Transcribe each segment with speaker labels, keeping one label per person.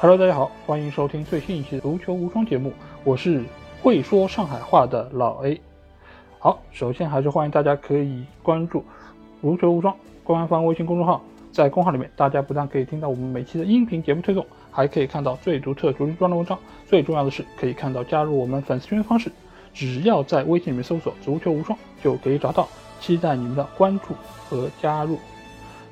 Speaker 1: Hello，大家好，欢迎收听最新一期的《足球无双》节目，我是会说上海话的老 A。好，首先还是欢迎大家可以关注《足球无双》官方微信公众号，在公号里面，大家不但可以听到我们每期的音频节目推送，还可以看到最独特足球专栏文章。最重要的是，可以看到加入我们粉丝群的方式，只要在微信里面搜索“足球无双”就可以找到。期待你们的关注和加入。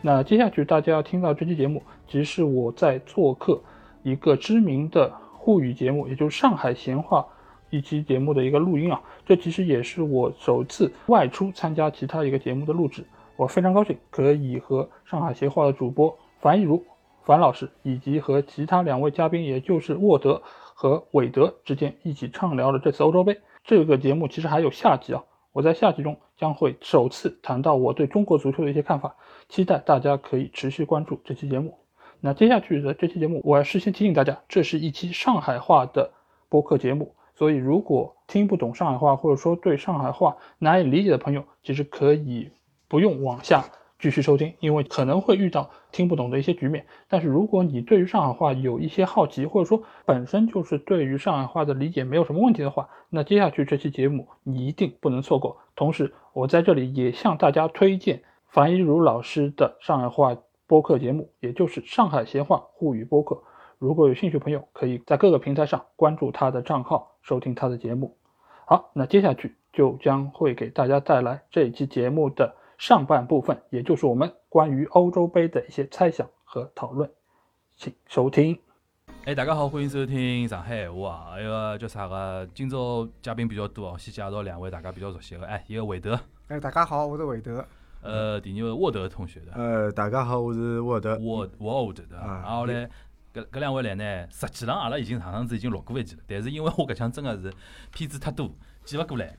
Speaker 1: 那接下去大家要听到这期节目，其实是我在做客一个知名的沪语节目，也就是上海闲话一期节目的一个录音啊。这其实也是我首次外出参加其他一个节目的录制，我非常高兴可以和上海闲话的主播樊一茹、樊老师，以及和其他两位嘉宾，也就是沃德和韦德之间一起畅聊了这次欧洲杯。这个节目其实还有下集啊，我在下集中将会首次谈到我对中国足球的一些看法，期待大家可以持续关注这期节目。那接下去的这期节目，我要事先提醒大家，这是一期上海话的播客节目，所以如果听不懂上海话，或者说对上海话难以理解的朋友，其实可以不用往下继续收听，因为可能会遇到听不懂的一些局面。但是如果你对于上海话有一些好奇，或者说本身就是对于上海话的理解没有什么问题的话，那接下去这期节目你一定不能错过。同时，我在这里也向大家推荐樊一茹老师的上海话播客节目，也就是上海闲话沪语播客。如果有兴趣朋友，可以在各个平台上关注他的账号，收听他的节目。好，那接下去就将会给大家带来这一期节目的上半部分，也就是我们关于欧洲杯的一些猜想和讨论，请收听。
Speaker 2: 哎，大家好，欢迎收听上海话啊！哎个叫啥个？今朝嘉宾比较多哦，先介绍两位大家比较熟悉的。哎，一个韦德，
Speaker 3: 哎，大家好，我是韦德。
Speaker 2: 呃，第二个沃德同学的，
Speaker 4: 呃，大家好，我是沃德。
Speaker 2: 沃沃德的。
Speaker 4: 啊
Speaker 2: 然后嘞，搿搿两位来呢，实际上阿拉已经上上次已经录过一期了，但是因为我搿腔真个是片子太多，记勿过来。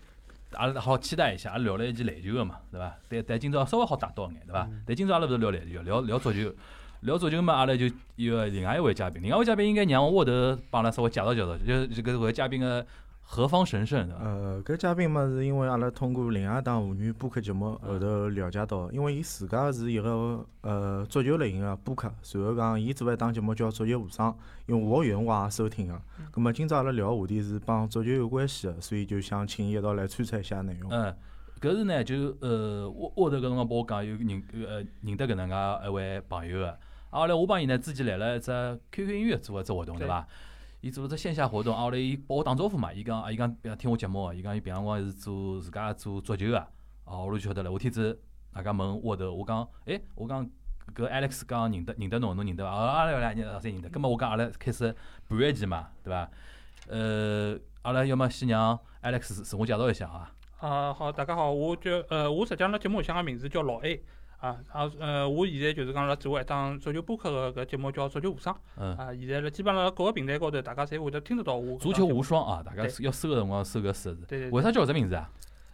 Speaker 2: 阿拉好期待一下，阿拉聊了一期篮球个嘛，对伐？但但今朝稍微好带到眼，对伐？但今朝阿拉勿是聊篮球，聊聊足球，聊足球嘛，阿拉就有另外一位嘉宾，另外一位嘉宾应该让沃德帮阿拉稍微介绍介绍，就是这个位嘉宾个何方神圣，对伐？
Speaker 4: 呃，搿嘉宾嘛，是因为阿拉通过另啊外一档妇女播客节目后头呃了解到，因为伊自家是一个呃足球类型个播客，随后讲伊做一档节目叫《足球无双》，因为我有辰光也收听个。
Speaker 1: 嗯
Speaker 4: 葛末今朝阿拉聊个话题是帮足球有关系个，所以就想请伊一道来穿插一下内容。
Speaker 2: 嗯，搿是呢，就是呃，沃沃头搿辰光帮我讲有认呃认得搿能介一位朋友个，啊后来我帮伊呢之前来了一只 QQ 音乐做一只活动对伐？伊做一只线下活动，啊后来伊帮我打招呼嘛，伊讲啊伊讲平常听我节目，伊讲伊平常辰光是做自家做足球个，啊后来就晓得了。我天子大家问沃头，我讲诶，我讲搿 Alex 讲认得认得侬，侬认得伐？啊阿拉俩人侪认得，葛末我讲阿拉开始盘一期嘛，对伐？呃，阿拉要么先让 Alex 自我介绍一下啊。
Speaker 1: 啊、好，大家好，我叫呃，我实际上辣节目里向个名字叫老 A 啊，啊呃，我现在就是讲辣做一档足球播客个搿节目叫足球无双
Speaker 2: 嗯，
Speaker 1: 啊，现在辣基本上辣各个平台高头，大家侪会得听得到我搿
Speaker 2: 足
Speaker 1: 档
Speaker 2: 球
Speaker 1: 节目
Speaker 2: 无双啊，大家
Speaker 1: 对
Speaker 2: 搜要搜个辰光搜搿四个字。
Speaker 1: 对对
Speaker 2: 为
Speaker 1: 对，
Speaker 2: 啥叫搿只名字啊？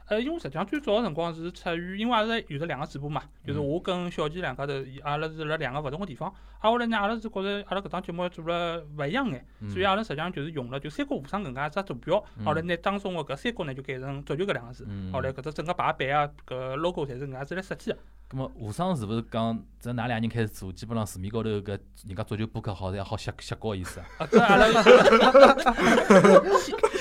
Speaker 1: 呃，因为实际上最早个辰光是出于，因为阿拉有得两个主播嘛，就是
Speaker 2: 嗯
Speaker 1: 我跟小吉两家头，伊阿拉是辣两个勿同个地方，啊，后来呢，阿拉是觉着阿拉搿档节目做了勿一样眼，所以
Speaker 2: 啊，
Speaker 1: 阿拉实际上就是用了就三国无双搿能介一只图标，后来拿当中个搿三国呢就改成足球搿两个字，
Speaker 2: 嗯
Speaker 1: 后来，搿只整个排版啊，搿 logo 侪是搿能介子来设计个。
Speaker 2: 那么无双是勿是讲，只㑚俩人开始做，基本上市面高头搿人家足球播客好像好吸吸高意思啊？
Speaker 1: 啊，搿阿拉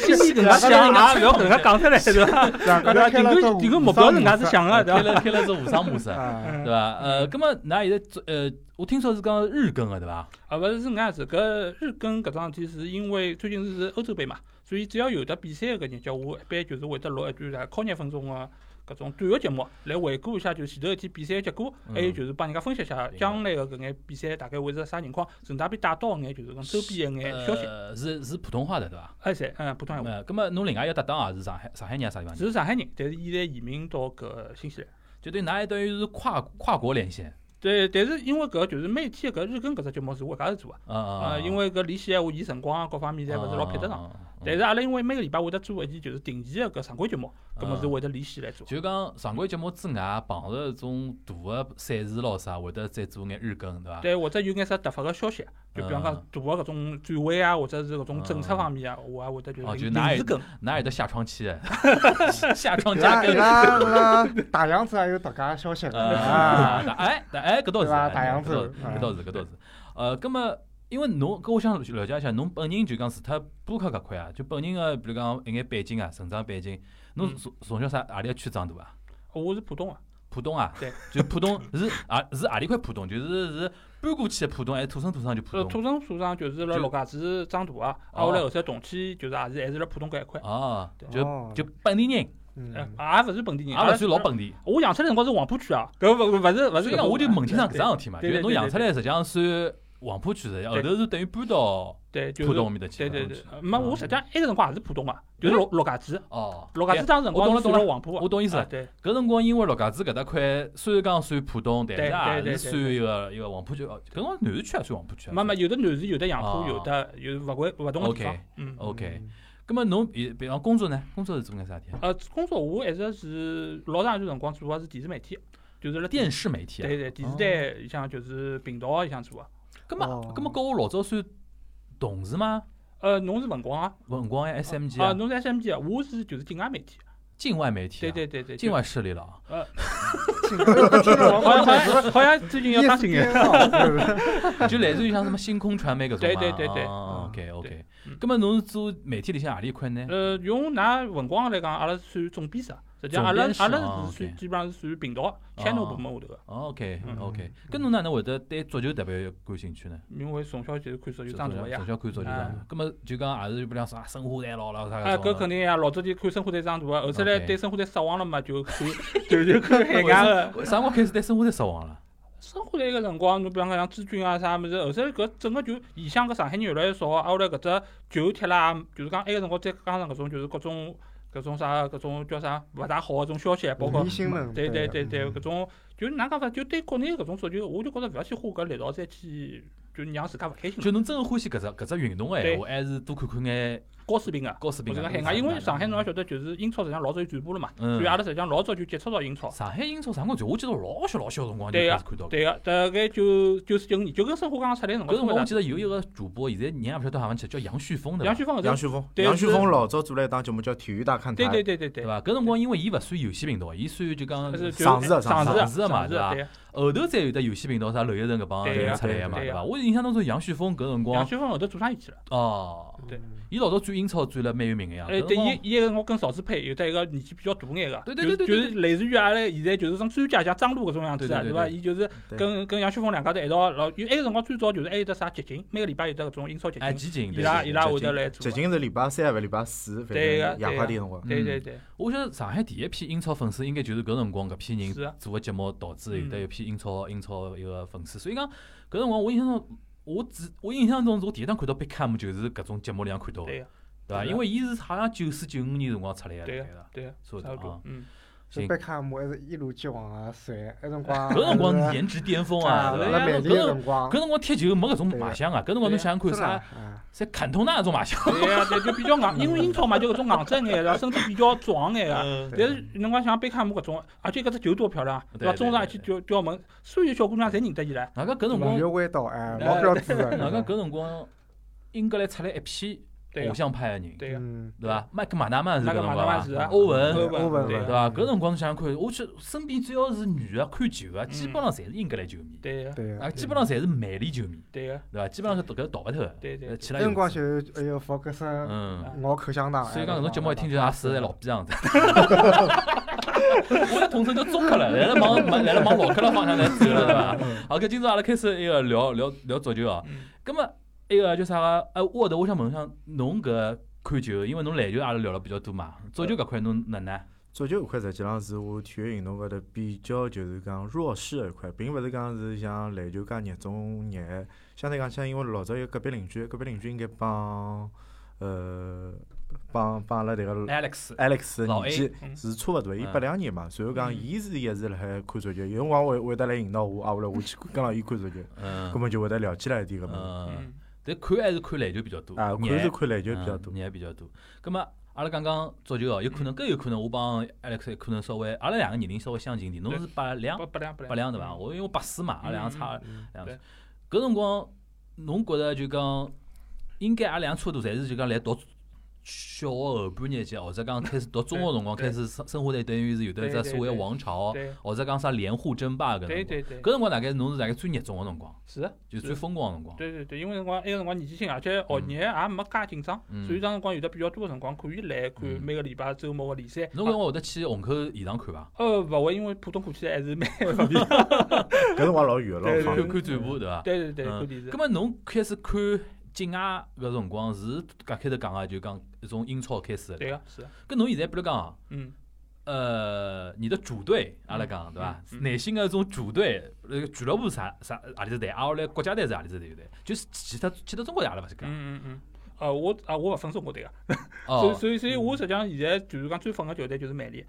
Speaker 1: 心里搿能介想，也勿要搿能介讲出来，对伐？
Speaker 3: 两
Speaker 1: 对伐？
Speaker 3: 开了
Speaker 1: 定个定个目标是搿能介子想个， 对
Speaker 2: 开
Speaker 1: 伐？
Speaker 2: 了开了只无双模式，
Speaker 3: 啊，
Speaker 2: 对伐？呃，葛么㑚现在做呃，我听说是讲日更个对伐？
Speaker 1: 啊，勿是是搿能介子，搿日更搿桩事体是因为最近是欧洲杯嘛，所以只要有得比赛个日脚，我一般就是会得录一段大概靠廿分钟个搿种短个节目，来回顾一下就前头一天比赛个结果，还有
Speaker 2: 嗯
Speaker 1: 就是帮人家分析一下
Speaker 2: 白
Speaker 1: 将来个搿眼比赛大概会是个啥情况，顺带便带到一眼就是讲周边个眼哎消息。
Speaker 2: 呃，是是普通话的对伐？
Speaker 1: 哎，侪嗯，普通闲话。
Speaker 2: 呃，葛么侬另外一个搭档也是上海上海人啊啥地方人？
Speaker 1: 是上海人，但是现在移民到搿新西兰。
Speaker 2: 就对㑚等于是跨跨国连线，
Speaker 1: 对，但是因为搿就是每天搿日更搿只节目是我一家头做个，
Speaker 2: 啊啊
Speaker 1: 啊，
Speaker 2: 啊，
Speaker 1: 因为搿联系闲话，伊辰光啊各方面侪勿是老配得上。
Speaker 2: 啊。啊啊
Speaker 1: 但是阿拉因为每个礼拜会得做一期就是定期的搿常规节目，搿么是会得联系来做。
Speaker 2: 嗯就讲常规节目之外，碰着种大个赛事咯啥，啊会得再做眼日更，对伐？
Speaker 1: 对，或者有眼啥突发个消息，就比方讲
Speaker 2: 嗯
Speaker 1: 大个搿种转会啊，或者是搿种政策方面啊，我也会得就
Speaker 2: 哦
Speaker 1: 是
Speaker 2: 就
Speaker 1: 临
Speaker 2: 拿
Speaker 1: 临
Speaker 2: 一
Speaker 1: 时更。
Speaker 2: 哪有得下哎窗 期？ 下窗加
Speaker 3: 拉
Speaker 2: 更
Speaker 3: 拉拉大洋子也有大家消息
Speaker 2: 呃
Speaker 3: 啊，
Speaker 2: 哎，哎，搿倒是，
Speaker 3: 对伐大洋
Speaker 2: 搿倒
Speaker 3: 子
Speaker 1: 嗯
Speaker 2: 搿倒是，搿倒是。呃，葛么，因为侬搿我想了解一下，侬本人就讲除脱播客搿块啊，就本人个比如讲一眼背景啊，成长背景，侬
Speaker 1: 嗯
Speaker 2: 从从小啥何里个区长大啊？
Speaker 1: 我是浦东啊，
Speaker 2: 浦东啊，
Speaker 1: 对，
Speaker 2: 就浦东是啊是何里块浦东？就是是搬过去的浦东，还是土生土长就浦
Speaker 1: 呃，土
Speaker 2: 东？
Speaker 1: 生土长就是辣
Speaker 2: 就
Speaker 1: 陆家嘴长大啊，啊，
Speaker 2: 哦
Speaker 1: 后来后头动迁就是也是还是辣浦东搿一块，
Speaker 2: 哦，
Speaker 1: 对
Speaker 2: 就
Speaker 3: 哦
Speaker 2: 就本地人，
Speaker 1: 哎
Speaker 3: 嗯，
Speaker 1: 也勿是本地人，
Speaker 2: 也勿
Speaker 1: 是
Speaker 2: 算老。本地。
Speaker 1: 我养出来辰光是黄浦区啊，搿勿勿是勿
Speaker 2: 所
Speaker 1: 是
Speaker 2: 以
Speaker 1: 搿
Speaker 2: 讲，
Speaker 1: 种。
Speaker 2: 我就问清爽搿桩事体嘛，就
Speaker 1: 对
Speaker 2: 是
Speaker 1: 对
Speaker 2: 侬
Speaker 1: 对
Speaker 2: 养
Speaker 1: 对
Speaker 2: 出来实际上算黄浦区的，后头是等于搬到
Speaker 1: 对，就是
Speaker 2: 浦东埃面搭去嗯
Speaker 1: 对对
Speaker 2: 了。
Speaker 1: 对
Speaker 2: 是，吧
Speaker 1: 呃没我实际上埃个辰光也是浦东啊，就是陆陆家嘴，
Speaker 2: 哦，
Speaker 1: 陆家
Speaker 2: 对
Speaker 1: 嘴当时辰光
Speaker 2: 我懂了
Speaker 1: 是
Speaker 2: 懂了
Speaker 1: 辣黄浦啊，
Speaker 2: 我懂意思
Speaker 1: 啊对，
Speaker 2: 搿辰光因为陆家嘴搿搭块，虽然讲算浦东，但
Speaker 1: 对
Speaker 2: 是
Speaker 1: 对
Speaker 2: 也
Speaker 1: 对
Speaker 2: 是
Speaker 1: 对
Speaker 2: 算一个一个黄浦区。哦搿辰光南市区也算黄浦区啊。
Speaker 1: 没没有的南市，有的杨
Speaker 2: 哦
Speaker 1: 浦，有的有勿管勿同的地
Speaker 2: OK
Speaker 1: 方，嗯。
Speaker 2: OK，葛末侬比比方工作呢？工作是做眼啥事体啊？
Speaker 1: 呃，工作我一直是老长一段辰光做的是电视媒体，就是辣
Speaker 2: 电视媒体啊。
Speaker 1: 对对电视台里向就是频道里向做啊。
Speaker 2: 葛末
Speaker 3: 哦
Speaker 2: 葛末跟我老早算同事吗？
Speaker 1: 呃，侬是文广啊？
Speaker 2: 文光呀，SMG
Speaker 1: 啊，
Speaker 2: 啊，
Speaker 1: 侬是 SMG 啊？我是就是境外媒体。啊
Speaker 2: 境外媒体。啊
Speaker 1: 对。对对对，
Speaker 2: 境外势力了啊。
Speaker 1: 就。 好像好像好像最近要当新人。
Speaker 3: 个，
Speaker 2: 就类似于像什么星空传媒搿种哦
Speaker 1: 对对对对
Speaker 2: OK
Speaker 1: 对
Speaker 2: OK，
Speaker 1: 嗯
Speaker 2: 葛末侬是做媒体里向何里一块呢？
Speaker 1: 呃，用㑚文广来讲，阿拉算总编制啊，实际上
Speaker 2: 总
Speaker 1: 阿拉
Speaker 2: 编制
Speaker 1: 阿
Speaker 2: 啊
Speaker 1: 拉是
Speaker 2: ，OK
Speaker 1: 算基本上是属于频道啊 channel 部门下头个，
Speaker 2: 哦 OK
Speaker 1: 嗯
Speaker 2: OK，搿侬哪能会得对足球特别感兴趣呢？
Speaker 1: 因为从小就是看足球
Speaker 2: 就
Speaker 1: 长大
Speaker 2: 从
Speaker 1: 个
Speaker 2: 小
Speaker 1: 呀
Speaker 2: 从。小看足球长大
Speaker 1: 哎，
Speaker 2: 葛末就讲也是比方说啊，申花队咯啦啥
Speaker 1: 啊，搿肯
Speaker 2: 定。
Speaker 1: 定呀！老早就看申花队长大个，后啊头来
Speaker 2: OK
Speaker 1: 对申花队失望了嘛，就看就就看海外个。
Speaker 2: 为啥辰光开始对申花队失望了？
Speaker 1: 生活在一个辰光，侬比方讲像朱军啊啥物事，后头搿整个就现象搿上海人越来越少啊，啊后来搿只球踢啦，啊就是讲埃个辰光再加上搿种就是各种搿种啥搿种叫啥勿大好搿种消息，啊包括
Speaker 3: 迷新闻，
Speaker 1: 对对对对，
Speaker 3: 嗯
Speaker 1: 搿种就是哪讲法，就对国内搿种足球，我就觉着勿要去花搿力道再去就让自家勿开心
Speaker 2: 就
Speaker 1: 了，
Speaker 2: 侬真个欢喜搿只搿只运动个闲话，还是多看看眼
Speaker 1: 高水平啊。
Speaker 2: 高
Speaker 1: 或
Speaker 2: 水平
Speaker 1: 者
Speaker 2: 个
Speaker 1: 讲海外，因为上海侬也晓得，就是英超实际上老早就转播了嘛，
Speaker 2: 嗯
Speaker 1: 所以阿拉实际上老早就接触到英超。
Speaker 2: 上海英超啥辰光就我记得我老小老小辰光就
Speaker 1: 对
Speaker 2: 开
Speaker 1: 呀
Speaker 2: 始看到。
Speaker 1: 对个，大概九九十九年，就跟申花刚刚出来辰
Speaker 2: 搿
Speaker 1: 光
Speaker 2: 辰
Speaker 1: 差不
Speaker 2: 光我
Speaker 1: 多，
Speaker 2: 记得有一个主播，现在人也勿晓得好像去叫杨旭峰对
Speaker 1: 杨
Speaker 2: 伐？
Speaker 1: 旭峰后头
Speaker 4: 杨，旭峰，
Speaker 1: 对
Speaker 4: 杨旭
Speaker 1: 是
Speaker 4: 峰老早做了一档节目叫《体育大看台
Speaker 1: 对》，对对对对
Speaker 2: 对。伐？搿辰光因为伊勿算游戏频道，伊算就讲
Speaker 1: 是
Speaker 4: 上市啊
Speaker 1: 上
Speaker 4: 上
Speaker 1: 市啊
Speaker 2: 市啊嘛
Speaker 1: 上
Speaker 2: 对
Speaker 1: 啊？
Speaker 2: 后头才有的游戏频道啥娄烨成搿帮
Speaker 1: 对
Speaker 2: 人
Speaker 1: 呀
Speaker 2: 出来个嘛，
Speaker 1: 对
Speaker 2: 对
Speaker 1: 呀
Speaker 2: 伐？我印象当中杨旭峰搿辰
Speaker 1: 杨
Speaker 2: 光，
Speaker 1: 旭峰后头做生意去了。
Speaker 2: 哦，
Speaker 1: 对
Speaker 2: 伊老早转英超转了蛮有名个呀。
Speaker 1: 哎，
Speaker 2: 搿
Speaker 1: 对，
Speaker 2: 辰光
Speaker 1: 伊伊个辰光跟邵志佩有得一个年纪比较大眼个，
Speaker 2: 对对对对
Speaker 1: 就
Speaker 2: 对
Speaker 1: 是就是类似于阿拉现在就是种专家像张璐搿种样子啊，
Speaker 2: 对对对
Speaker 1: 对伐？
Speaker 2: 对
Speaker 1: 伊就是
Speaker 4: 对
Speaker 1: 跟跟杨旭峰两家头一道，老有埃个辰光最早就是还有得啥集锦，每个礼拜有得搿种英超集
Speaker 2: 哎，
Speaker 1: 锦，
Speaker 2: 激进，
Speaker 1: 伊拉
Speaker 2: 对
Speaker 1: 伊拉
Speaker 2: 激进
Speaker 1: 会得来做
Speaker 4: 最
Speaker 1: 的。
Speaker 4: 近是礼拜三还是礼拜四，反正
Speaker 1: 对个
Speaker 4: 夜
Speaker 1: 对啊
Speaker 4: 快
Speaker 1: 个
Speaker 4: 点辰光。
Speaker 1: 对
Speaker 2: 嗯
Speaker 1: 对对，
Speaker 2: 我觉得上海第一批英超粉丝应该就是搿辰光搿批
Speaker 1: 是啊
Speaker 2: 人做个节目，导致有得
Speaker 1: 嗯
Speaker 2: 一批英超英超一个粉丝。所以讲搿辰光我印象中，我只我印象中是我第一趟看到贝克汉姆就是搿种节目里向看到个，
Speaker 1: 对
Speaker 2: 对
Speaker 1: 个
Speaker 2: 伐？
Speaker 1: 是的
Speaker 2: 因为伊是好像九四九五年辰光出来个，
Speaker 1: 对
Speaker 2: 对
Speaker 1: 个
Speaker 2: 伐？
Speaker 1: 对个，
Speaker 2: 差
Speaker 1: 差不
Speaker 2: 不多
Speaker 1: 多
Speaker 2: 啊。。
Speaker 1: 嗯，
Speaker 2: 行
Speaker 3: 就贝克汉姆还是一如既往啊，帅，那 辰光，
Speaker 2: 搿辰光是颜值巅峰啊！
Speaker 3: 啊
Speaker 2: 对
Speaker 3: 辣
Speaker 2: 呀
Speaker 3: 曼
Speaker 2: 搿
Speaker 3: 联的
Speaker 2: 辰
Speaker 3: 辰光
Speaker 2: 搿，辰光踢球没搿种
Speaker 3: 对
Speaker 2: 卖相啊！搿辰光侬想想看
Speaker 3: 是
Speaker 2: 啥
Speaker 3: 啦？，啊
Speaker 2: 侪坎通纳那种卖相。
Speaker 1: 对呀，对，就比较硬，因为英超嘛，就搿种硬质眼，然啊后身体比较壮眼个。啊
Speaker 2: 嗯
Speaker 1: 但是侬讲像贝克汉姆搿种，而且搿只球多漂亮啊，
Speaker 2: 对
Speaker 1: 对伐？
Speaker 2: 对
Speaker 1: 中场
Speaker 2: 对
Speaker 1: 一去
Speaker 2: 对
Speaker 1: 吊吊门，所有小姑娘侪认得伊唻。
Speaker 2: 外加搿辰
Speaker 3: 老
Speaker 2: 光，
Speaker 3: 有味道哎，
Speaker 1: 哎
Speaker 3: 老标志的。
Speaker 2: 外加搿辰光，英格兰出来一批
Speaker 1: 对
Speaker 2: 偶
Speaker 1: 个，
Speaker 2: 像派个人，
Speaker 1: 对啊个。
Speaker 3: 嗯，
Speaker 2: 对伐？麦克马纳曼是搿
Speaker 1: 麦克
Speaker 2: 辰
Speaker 1: 马
Speaker 2: 光
Speaker 1: 纳曼
Speaker 2: 伐
Speaker 1: 是啊
Speaker 2: 欧文
Speaker 1: 欧
Speaker 3: 欧文
Speaker 1: 对
Speaker 2: 对伐？搿辰光侬想想看，我去身边只要是女个看球个，基本上侪是英格兰球迷，
Speaker 1: 嗯对个，
Speaker 3: 对
Speaker 2: 啊，，基本上侪是曼联球迷，
Speaker 1: 对啊个，
Speaker 2: 对伐？基本上搿逃勿脱个。
Speaker 1: 对对
Speaker 2: 呃，
Speaker 1: 对
Speaker 2: 其他
Speaker 3: 那
Speaker 2: 有
Speaker 3: 辰光就有哎呦福格森，
Speaker 2: 嗯。
Speaker 3: 咬口香糖。
Speaker 2: 所以
Speaker 3: 哎
Speaker 2: 讲，搿种节目一听就像死在老逼样子。我的统称就中克了，来了往来了往老克了方向来走了，对伐？好，搿今朝阿拉开始一个聊聊聊足球哦。
Speaker 1: 嗯
Speaker 2: 葛么一个叫啥个？哎，沃德，我想问一下侬搿看球，因为侬篮球阿拉聊了比较多嘛，足球搿块侬哪能？啊
Speaker 4: 足球搿块实际上是我体育运动高头比较就是讲弱势的一块，并勿是讲是像篮球介热衷热爱。相对讲，像因为老早有隔壁邻居，隔壁邻居应该帮呃帮帮阿拉迭个
Speaker 2: Alex，
Speaker 4: Alex
Speaker 2: 哎老
Speaker 4: 的
Speaker 2: A，
Speaker 4: 年
Speaker 1: 嗯
Speaker 4: 纪是差勿多，伊
Speaker 2: 嗯
Speaker 4: 八两年嘛。随后讲，
Speaker 1: 嗯
Speaker 4: 伊是一直辣海看足球，有辰光会会得来引导我，啊，后来我去跟牢伊看足球，根
Speaker 2: 嗯
Speaker 4: 本就会得聊起来一点搿么。
Speaker 2: 嗯，
Speaker 1: 嗯，
Speaker 2: 但看还是看篮球比较多，
Speaker 4: 啊，看
Speaker 2: 嗯热
Speaker 4: 是看篮球比较多
Speaker 2: 嗯。热比较多。葛么阿拉刚刚足球哦，有可能搿有可能我帮 Alex 可能稍微，阿拉两个年龄稍微相近一点，侬是八两
Speaker 1: 不。不亮不
Speaker 2: 八两对伐？
Speaker 1: 嗯
Speaker 2: 我因为我八四嘛，阿拉啊两个差
Speaker 3: 嗯
Speaker 2: 两岁
Speaker 1: 对。
Speaker 2: 搿辰光侬觉着就讲，应该阿拉两个差勿多，侪是就讲来读小学后半日节，或者讲开始读中学辰光
Speaker 1: 对
Speaker 2: 开始生生活在等于是有得一只
Speaker 1: 对对
Speaker 2: 所谓
Speaker 1: 对
Speaker 2: 王朝，
Speaker 1: 对
Speaker 2: 或者讲啥连户争霸搿
Speaker 1: 对
Speaker 2: 辰
Speaker 1: 对对
Speaker 2: 光，，搿辰光大概侬是大概最热衷个辰光，
Speaker 1: 是的
Speaker 2: 就
Speaker 1: 是
Speaker 2: 是最
Speaker 1: 的
Speaker 2: 风光个辰光。
Speaker 1: 对对对，因为辰光埃个辰光年纪轻，而且学业也没介紧张，
Speaker 2: 嗯
Speaker 1: 所以当辰光有的比较多个辰光可以来看
Speaker 2: 嗯
Speaker 1: 每个礼拜周末个联赛。
Speaker 2: 侬搿辰光会得去虹口现场看伐？
Speaker 1: 呃，勿会，因为浦东过去还 是蛮方便。
Speaker 4: 搿辰光老远了，
Speaker 1: 对
Speaker 4: 老
Speaker 1: 对
Speaker 2: 看
Speaker 4: 方。
Speaker 2: 看转播对伐？
Speaker 1: 对对对，
Speaker 2: 嗯
Speaker 1: 看电视
Speaker 2: 葛。末侬开始看境外搿辰光是搿开头讲个，就讲从英超开始。
Speaker 1: 对。个，是的，
Speaker 2: 搿侬现在比如讲啊，
Speaker 1: 嗯，
Speaker 2: 呃，你的主队，阿拉讲对伐？
Speaker 1: 嗯
Speaker 2: 内心个种主队，那个俱乐部啥啥何里只队，啊，后来国家队是何里只队对不对？就是其他其他中国队阿拉勿是讲。
Speaker 1: 嗯嗯嗯。呃，我啊，我勿分中国队个，所以
Speaker 2: 哦
Speaker 1: 所以所以我实际上现在就是讲最粉个球队就是曼联。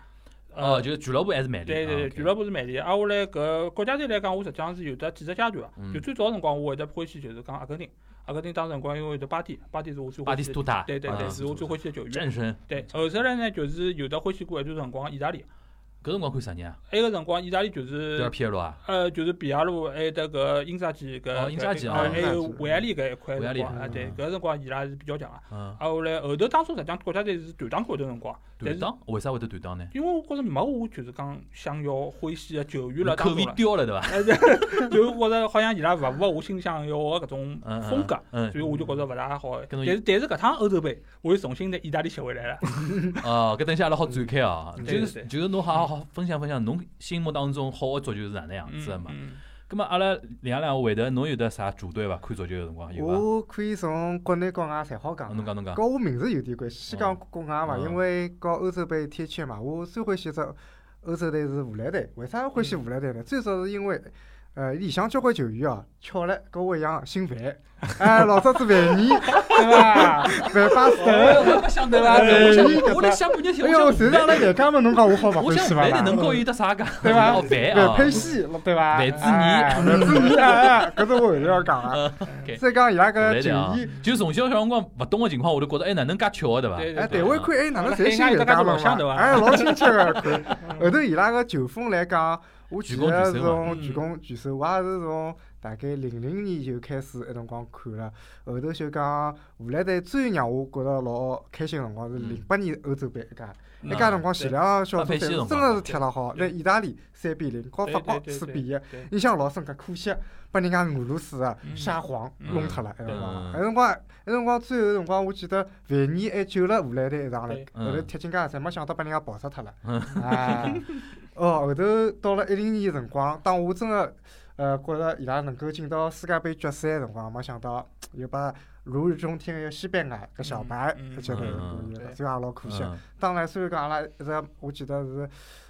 Speaker 1: 呃
Speaker 2: 哦，就是俱乐部还是曼联。
Speaker 1: 对对对，俱乐部是曼联。挨下来搿国家队来讲，我实际上是有得几只阶段个
Speaker 2: 嗯。
Speaker 1: 就最早辰光，我会得欢喜就是讲阿根廷，阿根廷当时辰光因为有得巴蒂，巴蒂是我最
Speaker 2: 巴
Speaker 1: 欢
Speaker 2: 蒂
Speaker 1: 喜
Speaker 2: 斯
Speaker 1: 的。
Speaker 2: 图塔。
Speaker 1: 对对
Speaker 2: 啊
Speaker 1: 对，是我最欢喜的球员。
Speaker 2: 战神。
Speaker 1: 对，后头来呢，就是有的欢喜过一段辰光意大利，
Speaker 2: 搿辰光看啥人啊？
Speaker 1: 埃个辰光意大利就
Speaker 2: 德尔
Speaker 1: 是
Speaker 2: 皮耶罗啊，
Speaker 1: 呃就是比亚鲁，还有得搿因扎吉搿
Speaker 2: 哦因扎吉
Speaker 1: 搿
Speaker 2: 啊
Speaker 1: 还有维埃利搿一块
Speaker 2: 维埃
Speaker 1: 辰
Speaker 2: 利
Speaker 1: 光啊，对，搿辰光伊拉是比较强个。
Speaker 2: 嗯，
Speaker 1: 啊，后来后头当初实际上国家队是断档过一段辰光，但
Speaker 2: 断
Speaker 1: 是
Speaker 2: 档，为啥会得断档呢？
Speaker 1: 因为我觉着没我就是讲想要欢喜个球员了
Speaker 2: 口
Speaker 1: 当
Speaker 2: 味
Speaker 1: 中了，
Speaker 2: 刁了对伐？
Speaker 1: 哎对就觉着好像伊拉勿符合我心想要个搿种
Speaker 2: 嗯，嗯
Speaker 1: 风格。。
Speaker 2: 嗯，
Speaker 1: 所以我就觉着勿大好，
Speaker 2: 跟
Speaker 1: 但
Speaker 2: 侬
Speaker 1: 是但是搿趟欧洲杯，我又重新拿意大利吸回来了。
Speaker 2: 哦，搿等下阿拉好展开哦。
Speaker 1: 嗯
Speaker 2: 就
Speaker 1: 对
Speaker 2: 是
Speaker 1: 对对
Speaker 2: 就是侬好好分享分享侬心目当中好个足球是哪能样子个嘛？
Speaker 1: 嗯，
Speaker 2: 葛末阿拉两两回头侬有得啥主队伐？看足球个辰光有伐？
Speaker 3: 我可以从国内国外侪好
Speaker 2: 啊
Speaker 3: 讲
Speaker 2: 侬
Speaker 3: 的。
Speaker 2: 讲侬讲。
Speaker 3: 跟我名字有点关系，先讲
Speaker 2: 嗯
Speaker 3: 国外伐，
Speaker 2: 嗯
Speaker 3: 因为跟欧洲杯贴切嘛。我最欢喜只欧洲队是荷兰队，为啥欢
Speaker 2: 嗯
Speaker 3: 喜荷兰队呢？最早是因为，呃，里向交关球员哦，巧了跟我一样 姓范，哎，老早子范尼，对伐？范巴斯特，
Speaker 2: 我没想到啊！我想，我来想半日天，
Speaker 3: 哎
Speaker 2: 我
Speaker 3: 哟，
Speaker 2: 想
Speaker 3: 侪是阿拉，南家嘛，侬讲我好勿
Speaker 2: 哎我
Speaker 3: 欢
Speaker 2: 想
Speaker 3: 喜
Speaker 2: 烦
Speaker 3: 伐？
Speaker 2: 的能够有得啥讲？
Speaker 3: 对吧
Speaker 2: 哦，烦
Speaker 3: 范
Speaker 2: 啊！
Speaker 3: 佩西，对伐？
Speaker 2: 范志毅
Speaker 3: 哎范志毅，哎哎搿是我后头要讲 啊。再讲伊
Speaker 2: 来
Speaker 3: 拉搿球
Speaker 2: 点啊
Speaker 3: 衣，！
Speaker 2: 就从小小辰光勿懂个情况，我就觉得哎，哪能介巧的对
Speaker 1: 对
Speaker 2: 伐？
Speaker 3: 哎，
Speaker 1: 对
Speaker 3: 对，
Speaker 1: 对，
Speaker 3: 我一看，哎，哪能侪新人家
Speaker 1: 老乡对
Speaker 3: 嘛？
Speaker 1: 伐
Speaker 3: 哎，老亲切 个看。后头伊拉个球风来讲，我其实
Speaker 2: 举攻举
Speaker 3: 是
Speaker 2: 守嘛
Speaker 3: 从举嗯攻举手，我也是从大概零零年就开始一辰光看了。后头就讲荷兰队最让我觉着老开心个辰光是
Speaker 2: 嗯
Speaker 3: 零八年欧洲杯一家，
Speaker 1: 嗯
Speaker 3: 一家辰光前两小
Speaker 2: 对
Speaker 3: 组赛
Speaker 2: 巴佩西辰
Speaker 3: 真
Speaker 2: 光
Speaker 3: 个是踢了好，
Speaker 1: 对
Speaker 3: 在意大利三比零，和
Speaker 1: 对
Speaker 3: 法国
Speaker 1: 对对
Speaker 3: 四
Speaker 1: 对
Speaker 3: 比一。
Speaker 1: 对
Speaker 3: 印象老深刻，可惜把人家俄罗斯啊
Speaker 1: 嗯
Speaker 3: 沙皇
Speaker 1: 嗯
Speaker 3: 弄脱了，埃辰
Speaker 2: 嗯
Speaker 3: 光，埃辰光，埃辰光最后辰光，我记得范尼还救了荷兰队一场嘞
Speaker 1: 对，
Speaker 2: 嗯
Speaker 3: 后头踢进加时赛，没想到把人家爆杀 脱了
Speaker 2: 嗯。
Speaker 3: 啊，哦，后头到了一零年辰光，当我真个呃觉着伊拉能够进到世界杯决赛辰光，没想到又把如日中天个西班牙搿小白
Speaker 1: 嗯嗯
Speaker 3: 搿接头
Speaker 2: 嗯
Speaker 1: 嗯
Speaker 3: 所以也老可惜。
Speaker 2: 嗯
Speaker 3: 当然，虽然讲阿拉一直，我记得是，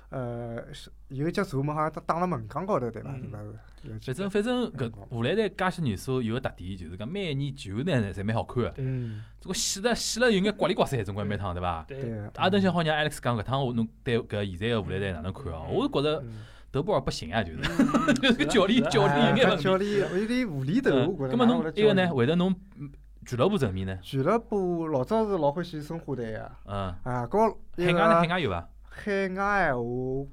Speaker 3: 呃，是有一节射门好像打打了门框高头，对伐？
Speaker 1: 嗯
Speaker 3: 是伐？是有一节
Speaker 2: 反正反正搿荷兰队介些年数有个特点，就是讲每一年球呢侪蛮好看个，
Speaker 3: 嗯，
Speaker 2: 总归死了死了有眼刮里刮塞，总归蛮趟对伐？
Speaker 1: 嗯对
Speaker 3: 对
Speaker 1: 对，
Speaker 3: 的。
Speaker 2: 阿等下好让 Alex 讲搿趟我侬对搿现在个荷兰队哪能看哦？我是觉着
Speaker 3: 嗯
Speaker 2: 德布尔不行啊，就是
Speaker 1: 嗯
Speaker 2: 搿教练
Speaker 1: 是啊
Speaker 2: 教练有眼
Speaker 3: 哎
Speaker 2: 问
Speaker 3: 搿
Speaker 2: 题。
Speaker 3: 教练有点无厘头，我觉
Speaker 2: 搿
Speaker 3: 着。
Speaker 2: 嗯么侬
Speaker 3: 一
Speaker 2: 一个呢？？会得侬嗯俱乐部层面呢？
Speaker 3: 俱乐部老早是老欢喜申花队个，
Speaker 2: 嗯，
Speaker 3: 啊，高
Speaker 2: 海
Speaker 3: 那
Speaker 2: 外呢？海
Speaker 3: 个
Speaker 2: 外有伐？
Speaker 3: 海外闲话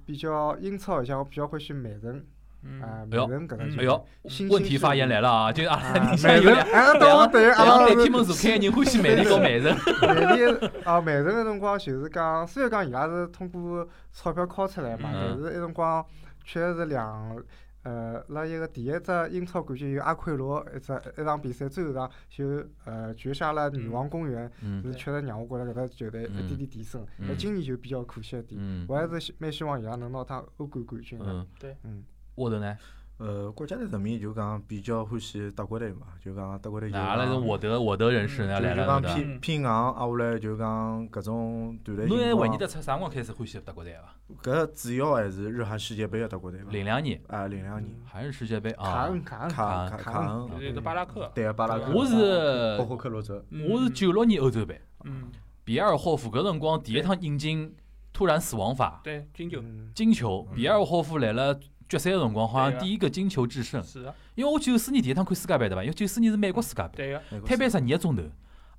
Speaker 3: 比较英超里向，我比较欢喜曼城
Speaker 1: 嗯，
Speaker 3: 啊，
Speaker 2: 哎呦
Speaker 3: 曼城搿
Speaker 1: 嗯
Speaker 3: 只
Speaker 2: 哎
Speaker 3: 球
Speaker 2: 呦，
Speaker 3: 新
Speaker 2: 问题发言来了啊！就是阿
Speaker 3: 啊，
Speaker 2: 拉
Speaker 3: 曼
Speaker 2: 里向有
Speaker 3: 城，
Speaker 2: 两
Speaker 3: 哎，到我对，阿
Speaker 2: 两
Speaker 3: 拉
Speaker 2: 个
Speaker 3: 是
Speaker 2: 对天门坐开的人欢喜曼联和曼城。
Speaker 3: 曼联啊，曼城个辰光就是讲，虽然讲伊拉是通过钞票敲出来嘛，但
Speaker 2: 嗯
Speaker 3: 是埃辰光确实是两呃，辣一个第一只英超冠军有阿奎罗呃一只一场比赛，最后一场就呃绝杀了女王公园，
Speaker 2: 嗯
Speaker 3: 是确实让我觉着搿只球队一点点提升。
Speaker 2: 嗯
Speaker 3: 那今年就比较可惜一点，
Speaker 2: 嗯
Speaker 3: 我还是希蛮希望伊拉能拿趟欧冠冠军的。
Speaker 2: 嗯，
Speaker 3: 嗯，
Speaker 2: 沃德呢？
Speaker 4: 呃，国家队层面就讲比较欢喜德国队嘛，就讲德国
Speaker 3: 哎
Speaker 4: 队就
Speaker 2: 那阿拉是
Speaker 4: 讲
Speaker 2: 沃德沃德人士呢
Speaker 4: 就
Speaker 2: 来
Speaker 4: 是
Speaker 2: 了，
Speaker 4: 讲
Speaker 2: 对伐？
Speaker 4: 偏偏硬，啊，后来就讲搿种团队
Speaker 2: 侬还
Speaker 4: 情
Speaker 2: 回忆
Speaker 4: 况，
Speaker 2: 得出啥辰光开始欢喜德国队伐？
Speaker 4: 搿主要还是日韩世界杯个德国队嘛，
Speaker 2: 零两年
Speaker 4: 啊，零两年，
Speaker 2: 还是世界杯
Speaker 3: 卡
Speaker 2: 啊？
Speaker 3: 恩卡恩，
Speaker 2: 嗯
Speaker 4: 卡
Speaker 2: 卡嗯啊
Speaker 4: 卡
Speaker 3: 卡
Speaker 4: 卡
Speaker 1: 对
Speaker 4: 恩，
Speaker 1: 对，嗯巴拉克，
Speaker 4: 对巴拉克，
Speaker 2: 我是
Speaker 4: 包括克罗泽，
Speaker 1: 嗯
Speaker 2: 我是九六年欧洲杯，
Speaker 1: 嗯，
Speaker 2: 比尔霍夫搿辰光第一趟引进突然死亡法
Speaker 1: 对，金球
Speaker 3: 嗯，
Speaker 2: 金球，比尔霍夫来了决赛个辰光，好
Speaker 1: 对
Speaker 2: 像
Speaker 1: 啊
Speaker 2: 第一个金球制胜。
Speaker 1: 是的，啊
Speaker 2: 因为我九四年第一趟看世界杯对伐？因为九四年是美国世界杯，
Speaker 1: 对啊个，
Speaker 4: 美国
Speaker 2: 摊班十二个钟头。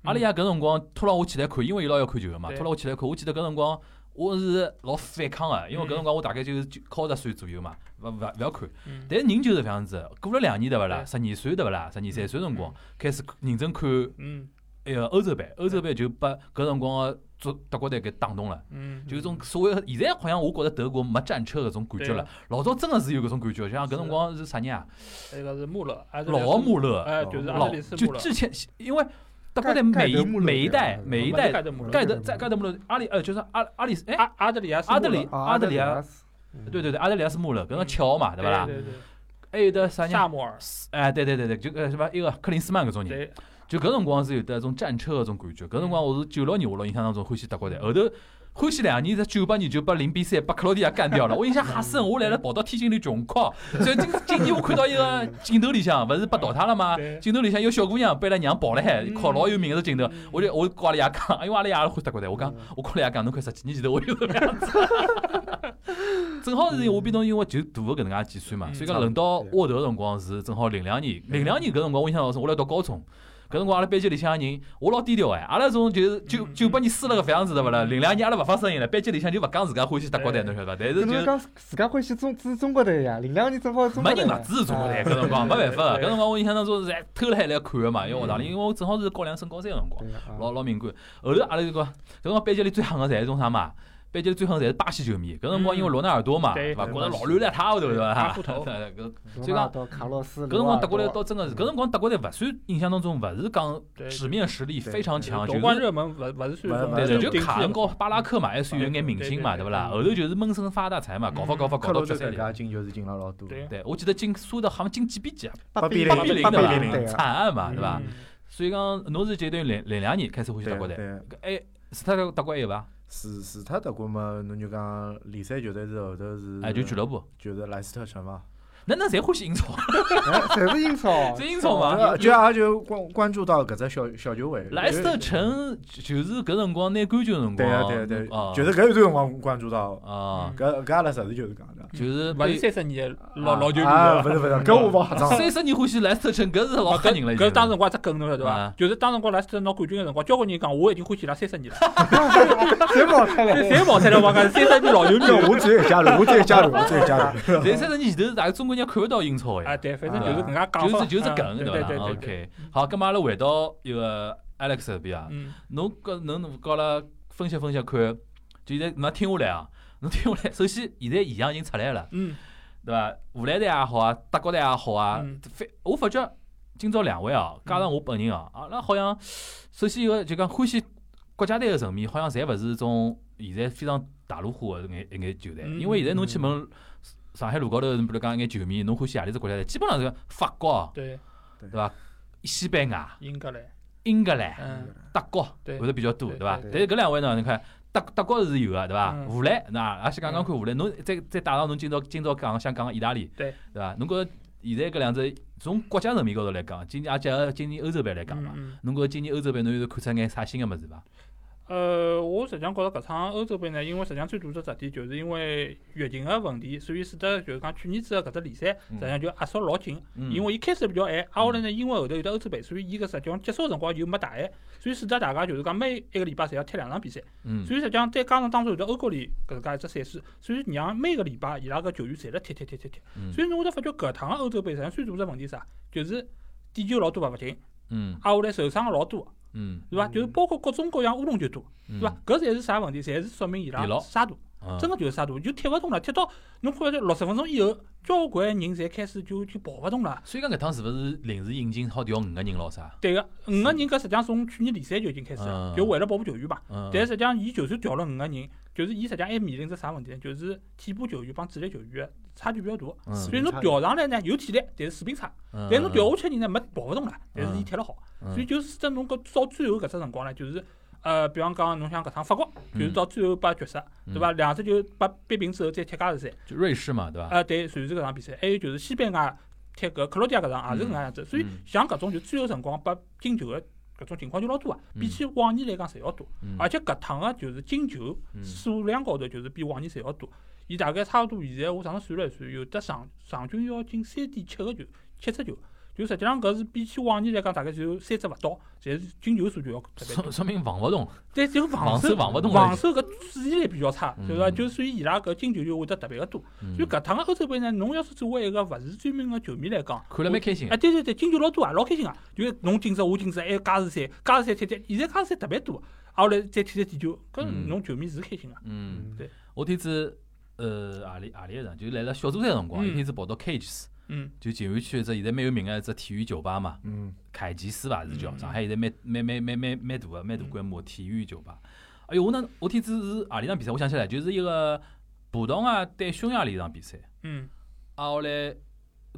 Speaker 2: 阿拉爷搿辰光拖牢我起来看，因为伊拉要看球个嘛，
Speaker 1: 对
Speaker 2: 拖牢我起来看。我记得搿辰光我是老反抗个，因为
Speaker 1: 嗯
Speaker 2: 搿辰光我大概就是九靠十岁左右嘛，勿勿勿要看。
Speaker 1: 嗯，
Speaker 2: 但是人就是搿样子，过了两年对勿啦？
Speaker 1: 对
Speaker 2: 十二岁对勿啦？十二三岁辰光开始认真看
Speaker 1: 嗯，
Speaker 2: 埃个欧洲杯，欧洲杯就把搿辰光个足德国队给打动了。
Speaker 1: 嗯，
Speaker 2: 就是种所谓的，现在好像我觉着德国没战车搿种感觉
Speaker 1: 对啊
Speaker 2: 了。老早真的是有搿种感觉，像搿辰光是啥人啊？
Speaker 1: 那个是穆勒，阿德里
Speaker 2: 老
Speaker 1: 斯
Speaker 2: 穆勒，
Speaker 1: 哎，就是阿
Speaker 2: 老
Speaker 1: 德里斯
Speaker 2: 就
Speaker 1: 穆勒，
Speaker 2: 之前，因为德国队每
Speaker 3: 盖
Speaker 2: 一
Speaker 3: 德穆勒
Speaker 2: 每一代
Speaker 3: 对吧
Speaker 2: 每一
Speaker 1: 盖
Speaker 2: 代
Speaker 1: 德穆勒，啊
Speaker 2: 盖德在盖德穆勒阿里呃就是阿阿里斯哎
Speaker 1: 阿阿德里亚斯穆勒，
Speaker 2: 阿德里
Speaker 3: 啊
Speaker 2: 阿德里亚
Speaker 3: 亚斯，嗯
Speaker 2: 对对对阿德里亚斯穆勒搿个
Speaker 1: 嗯
Speaker 2: 巧嘛对伐啦？
Speaker 1: 对对
Speaker 2: 还有的啥
Speaker 1: 对，
Speaker 2: 人
Speaker 1: 萨
Speaker 2: 啊？
Speaker 1: 默尔，
Speaker 2: 哎对对对对，就搿什么一个克林斯曼搿种人。
Speaker 1: 对，
Speaker 2: 就搿辰光是有得种战车搿种感觉。搿辰
Speaker 1: 嗯
Speaker 2: 光我是九六年，我辣印象当中欢喜德国队，后头欢喜两年在九八年就把零比三把克罗地亚干 掉了。我印象哈深，我来了跑到天津里穷哭。所以今今年我看到一个镜头里向，勿是被淘汰了吗？
Speaker 1: 对
Speaker 2: 镜头里向有小姑娘被伊拉娘抱了海，
Speaker 1: 嗯
Speaker 2: 哭老有名个镜头。
Speaker 1: 嗯
Speaker 2: 我就哎我跟阿拉爷讲，因为阿拉爷也欢喜德国队，我讲我跟阿拉爷讲，侬看十几年前头我就搿能样 子。正好是我边头因为就大个搿能介计算嘛，
Speaker 1: 嗯
Speaker 2: 所以讲轮到沃德个辰光是正好零两年，零两年搿辰光我印象老深，我辣读高中。搿辰光阿拉班级里向个人，我老低调哎，阿拉种就是九
Speaker 1: 嗯
Speaker 2: 九八年输了个搿样子对勿啦？零两年阿拉勿发声音了，班级里向就勿讲自家欢喜德国队，
Speaker 1: 对
Speaker 2: 侬晓得伐？但是
Speaker 3: 搿
Speaker 2: 就
Speaker 3: 侬讲自家欢喜中支中国队呀，零两年只好中
Speaker 2: 没
Speaker 3: 国
Speaker 2: 人
Speaker 3: 队
Speaker 2: 勿
Speaker 3: 呀，
Speaker 2: 支持中国队，
Speaker 3: 啊
Speaker 2: 搿 辰光没办法个。搿
Speaker 1: 哎对嗯
Speaker 2: 辰光我印象当中是还偷了海来看个嘛，因为学堂里，因为我正好是高两升高三个辰光，
Speaker 3: 对啊
Speaker 2: 老老敏感。后头阿拉就讲，搿辰光班级里最狠个侪是种啥嘛？班级里最狠侪是巴西球迷。搿辰
Speaker 1: 嗯
Speaker 2: 光因为罗纳尔多嘛，
Speaker 1: 对
Speaker 2: 对伐？
Speaker 1: 对
Speaker 2: 觉着老乱了一塌糊涂，对
Speaker 1: 大
Speaker 2: 伐？
Speaker 1: 斧头
Speaker 2: 对搿
Speaker 3: 罗
Speaker 2: 所以
Speaker 3: 纳
Speaker 2: 讲
Speaker 3: 尔多卡洛斯，
Speaker 2: 搿辰光德国队
Speaker 3: 队
Speaker 2: 倒真个是，搿辰光德国队勿算印象当中勿是讲
Speaker 1: 对
Speaker 2: 纸面实力
Speaker 4: 对
Speaker 2: 非常强，
Speaker 1: 夺
Speaker 2: 就是
Speaker 1: 冠热门勿勿是算
Speaker 4: 勿
Speaker 2: 对对，
Speaker 4: 勿
Speaker 1: 是
Speaker 2: 就
Speaker 1: 顶
Speaker 2: 卡
Speaker 1: 级
Speaker 2: 恩
Speaker 1: 的
Speaker 2: 高巴拉克嘛，
Speaker 4: 嗯
Speaker 2: 还算有眼明星嘛，
Speaker 1: 对
Speaker 2: 对
Speaker 1: 对
Speaker 2: 勿啦？
Speaker 1: 对
Speaker 2: 后头就是闷声发大财嘛，搞法搞法搞到
Speaker 4: 克罗
Speaker 2: 决
Speaker 4: 地
Speaker 2: 赛里。
Speaker 4: 亚进球是进了老多，
Speaker 1: 对
Speaker 2: 对，我记得进输的好像进几比几啊？
Speaker 3: 八
Speaker 4: 比
Speaker 2: 八比
Speaker 4: 零
Speaker 2: 零
Speaker 4: 八比
Speaker 2: 对
Speaker 4: 零
Speaker 2: 吧？
Speaker 3: 对啊
Speaker 2: 惨案嘛，对吧？
Speaker 1: 嗯
Speaker 2: 所以讲，侬是这段零零两年开始欢喜德
Speaker 4: 对
Speaker 2: 国队，
Speaker 4: 对，
Speaker 2: 哎，是他德国还有伐？
Speaker 4: 除除脱德国嘛，侬就讲联赛球队是后头是，
Speaker 2: 哎，就俱乐部，
Speaker 4: 就是莱斯特城嘛，
Speaker 2: 那那侪欢喜英超，啊
Speaker 3: 哎，侪是英超，
Speaker 2: 是英超嘛？
Speaker 4: 啊就也就关关注到搿只小小球会，
Speaker 2: 莱斯特城就是搿辰光拿冠军的辰光，
Speaker 4: 对啊对啊对
Speaker 2: 啊
Speaker 4: 啊，，就是搿一段辰光关注到，
Speaker 2: 啊，
Speaker 4: 搿搿阿拉实事求是讲的，
Speaker 2: 就是
Speaker 1: 勿是
Speaker 2: 被
Speaker 4: 嗯
Speaker 1: 三十年的老老球迷
Speaker 4: 啊，
Speaker 1: 了
Speaker 4: 勿。是勿是，搿我勿 好讲，
Speaker 2: 三十年欢喜莱斯特城，搿是老吓
Speaker 4: 啊
Speaker 2: 人了已经。
Speaker 1: 搿当辰光只梗侬晓得伐
Speaker 2: 啊？
Speaker 1: 就是当辰光来斯特拿冠军个辰光，交关人讲我已经欢喜伊拉三十年了，
Speaker 3: 侪冒出来
Speaker 1: 这。谁冒出来我讲三十年老 球迷了。
Speaker 4: 我只有加入，我只有加入，我只有加入。
Speaker 2: 但三十年前头，大家中国人看勿到英超哎
Speaker 1: 啊，。对，反正就是搿能介讲
Speaker 2: 就
Speaker 1: 法，
Speaker 2: 是就是
Speaker 1: 嗯
Speaker 2: 梗，
Speaker 1: 对
Speaker 2: 伐
Speaker 1: 对对对
Speaker 2: o
Speaker 1: 对
Speaker 2: k 好，咁嘛阿拉回到一个 Alex 这边啊，
Speaker 1: 嗯，
Speaker 2: 侬搿侬搞了分析分析看，就现在侬听下来啊，侬听下来，首先现在现象已经出来了，
Speaker 1: 嗯，
Speaker 2: 对伐？荷兰队也好啊，德国队也好啊
Speaker 1: 嗯，
Speaker 2: 非我发觉今朝两位啊，加上我本人啊，阿拉好像首先一个就讲欢喜国家队个层面，好像侪勿是种现在非常大陆化个眼一眼球队，
Speaker 1: 嗯
Speaker 2: 因为现在侬去问上海路高头，比如讲一眼球迷，侬欢喜何里只国家队，基本上是法国啊。
Speaker 1: 对，
Speaker 2: 对伐？西班牙、
Speaker 1: 应该嘞，
Speaker 2: 英格兰、
Speaker 1: 嗯，
Speaker 2: 德国
Speaker 1: 对
Speaker 2: 会得比较多，
Speaker 1: 对
Speaker 2: 对伐？
Speaker 1: 对
Speaker 2: 但是搿两位呢，你看德德国是有个，对伐？
Speaker 1: 嗯
Speaker 2: 荷兰，那也先讲讲看荷兰，侬再再带上侬今朝今朝讲想讲个意大利，
Speaker 1: 对
Speaker 2: 对伐？侬觉着现在搿两只从国家层面高头来讲，今年也结合今年欧洲杯来讲
Speaker 1: 嗯
Speaker 2: 嘛，
Speaker 1: 嗯
Speaker 2: 侬觉着今年欧洲杯侬有看出眼啥新个物事伐？
Speaker 1: 呃，我实际上觉着搿场欧洲杯呢，因为实际上最大的特点就是因为疫情个问题，所以使得就是讲去年子个搿只联赛实际上就压缩老紧，
Speaker 2: 嗯
Speaker 1: 因为伊开始比较晚，挨下来呢，因为后头有得欧洲杯，所以伊搿实际上结束个辰光又没大晚，所以使得大家就是讲每一个礼拜侪要踢两场比赛，
Speaker 2: 嗯
Speaker 1: 所以实际上再加上当初有得欧冠联搿能介一只赛事，所以让每个礼拜伊拉个球员侪辣踢踢踢踢踢，
Speaker 2: 嗯
Speaker 1: 所以侬会得发觉搿趟个欧洲杯实际上最大只问题是啥，就是点球老多罚勿进，
Speaker 2: 嗯
Speaker 1: 挨下来受伤个老多，
Speaker 2: 嗯，
Speaker 1: 对伐？就是包括各种各样乌龙球多。
Speaker 2: 对
Speaker 1: 对伐？？搿侪是啥问题？侪是说明伊
Speaker 2: 疲
Speaker 1: 拉
Speaker 2: 劳
Speaker 1: 杀大，
Speaker 2: 嗯
Speaker 1: 真个就是杀大，就踢勿动了。踢到侬看到六十分钟以后，交关人侪开始就就跑勿动了。
Speaker 2: 所以讲搿趟是勿是临时引进好调五个人咯啥？
Speaker 1: 对个，五个人搿实际上从去年联赛就已经开始了，
Speaker 2: 嗯
Speaker 1: 就为了保护球员嘛。
Speaker 2: 嗯，
Speaker 1: 但实际上，伊就算调了五个人，就是伊实际上还面临着啥问题呢？就是替补球员帮主力球员差距比较大。
Speaker 2: 嗯
Speaker 1: 所以侬调上来呢有体力，但是水平差；
Speaker 2: 嗯
Speaker 1: 但侬调下去人呢没跑勿动了，但是伊踢了好。
Speaker 2: 嗯
Speaker 1: 所以就是使得侬搿到最后搿只辰光呢，就是呃，比方讲侬像搿趟法国，就是
Speaker 2: 嗯
Speaker 1: 到最后把绝杀，对伐？两只球把扳平之后再踢加时赛，
Speaker 2: 嗯就瑞士嘛，对伐？
Speaker 1: 啊，对，随后搿场比赛，还有就是西班牙踢搿克罗地亚搿场也是搿能样子。所以
Speaker 2: 嗯
Speaker 1: 像搿种就最后辰光把进球个搿种情况就老多啊，比起往年来讲侪要多，
Speaker 2: 嗯
Speaker 1: 而且搿趟个就是进球数量高头就是比往年侪要多。伊大概差勿多现在我上趟算了一算，有得上上均要进三点七个球，七只球。就实际上搿是比起往年来讲，大概只有三只勿到，侪是进球数据要特别多
Speaker 2: 说。说明防勿动，
Speaker 1: 但只有防
Speaker 2: 防守
Speaker 1: 守
Speaker 2: 防勿动
Speaker 1: 防
Speaker 2: 了
Speaker 1: 守搿注意力比较差，
Speaker 2: 嗯
Speaker 1: 对伐？就所以伊拉�已搿进球就会得特别个多。
Speaker 2: 嗯
Speaker 1: 所以搿趟个欧洲杯呢，侬要是作为一个勿是专门个球迷来讲，
Speaker 2: 看了蛮开心
Speaker 1: 啊，。对对对，进球老多啊，老开心啊！就是侬进只，我进只，还有加时赛，加时赛踢踢，现在加时赛特别多，啊，后来再踢踢点球，搿
Speaker 2: 嗯
Speaker 1: 侬球迷是开心啊！
Speaker 2: 嗯，
Speaker 1: 对，
Speaker 2: 我天子呃何里何里一场，就来了小组赛辰光，
Speaker 1: 嗯
Speaker 2: 一天子跑到 Cages，
Speaker 1: 嗯
Speaker 2: 就静安区一只现在蛮有名个一只体育酒吧嘛，
Speaker 4: 嗯，
Speaker 2: 凯吉斯吧是叫，
Speaker 1: 嗯
Speaker 2: 上海现在蛮蛮蛮蛮蛮蛮大个，蛮大规模体育酒吧。哎哟，我那我天子是何里场比赛？我想起来，就是一个葡萄牙对匈牙利一场比赛。
Speaker 1: 嗯，
Speaker 2: 啊，后来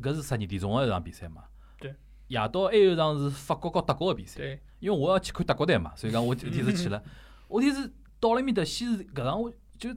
Speaker 2: 搿是十二点钟个一场比赛嘛。
Speaker 1: 对。
Speaker 2: 夜到还有一场是法国和德国个比赛。
Speaker 1: 对，
Speaker 2: 因为我要去看德国队嘛，所以讲我一天是去了。我一天是到了埃面搭，先是搿场我就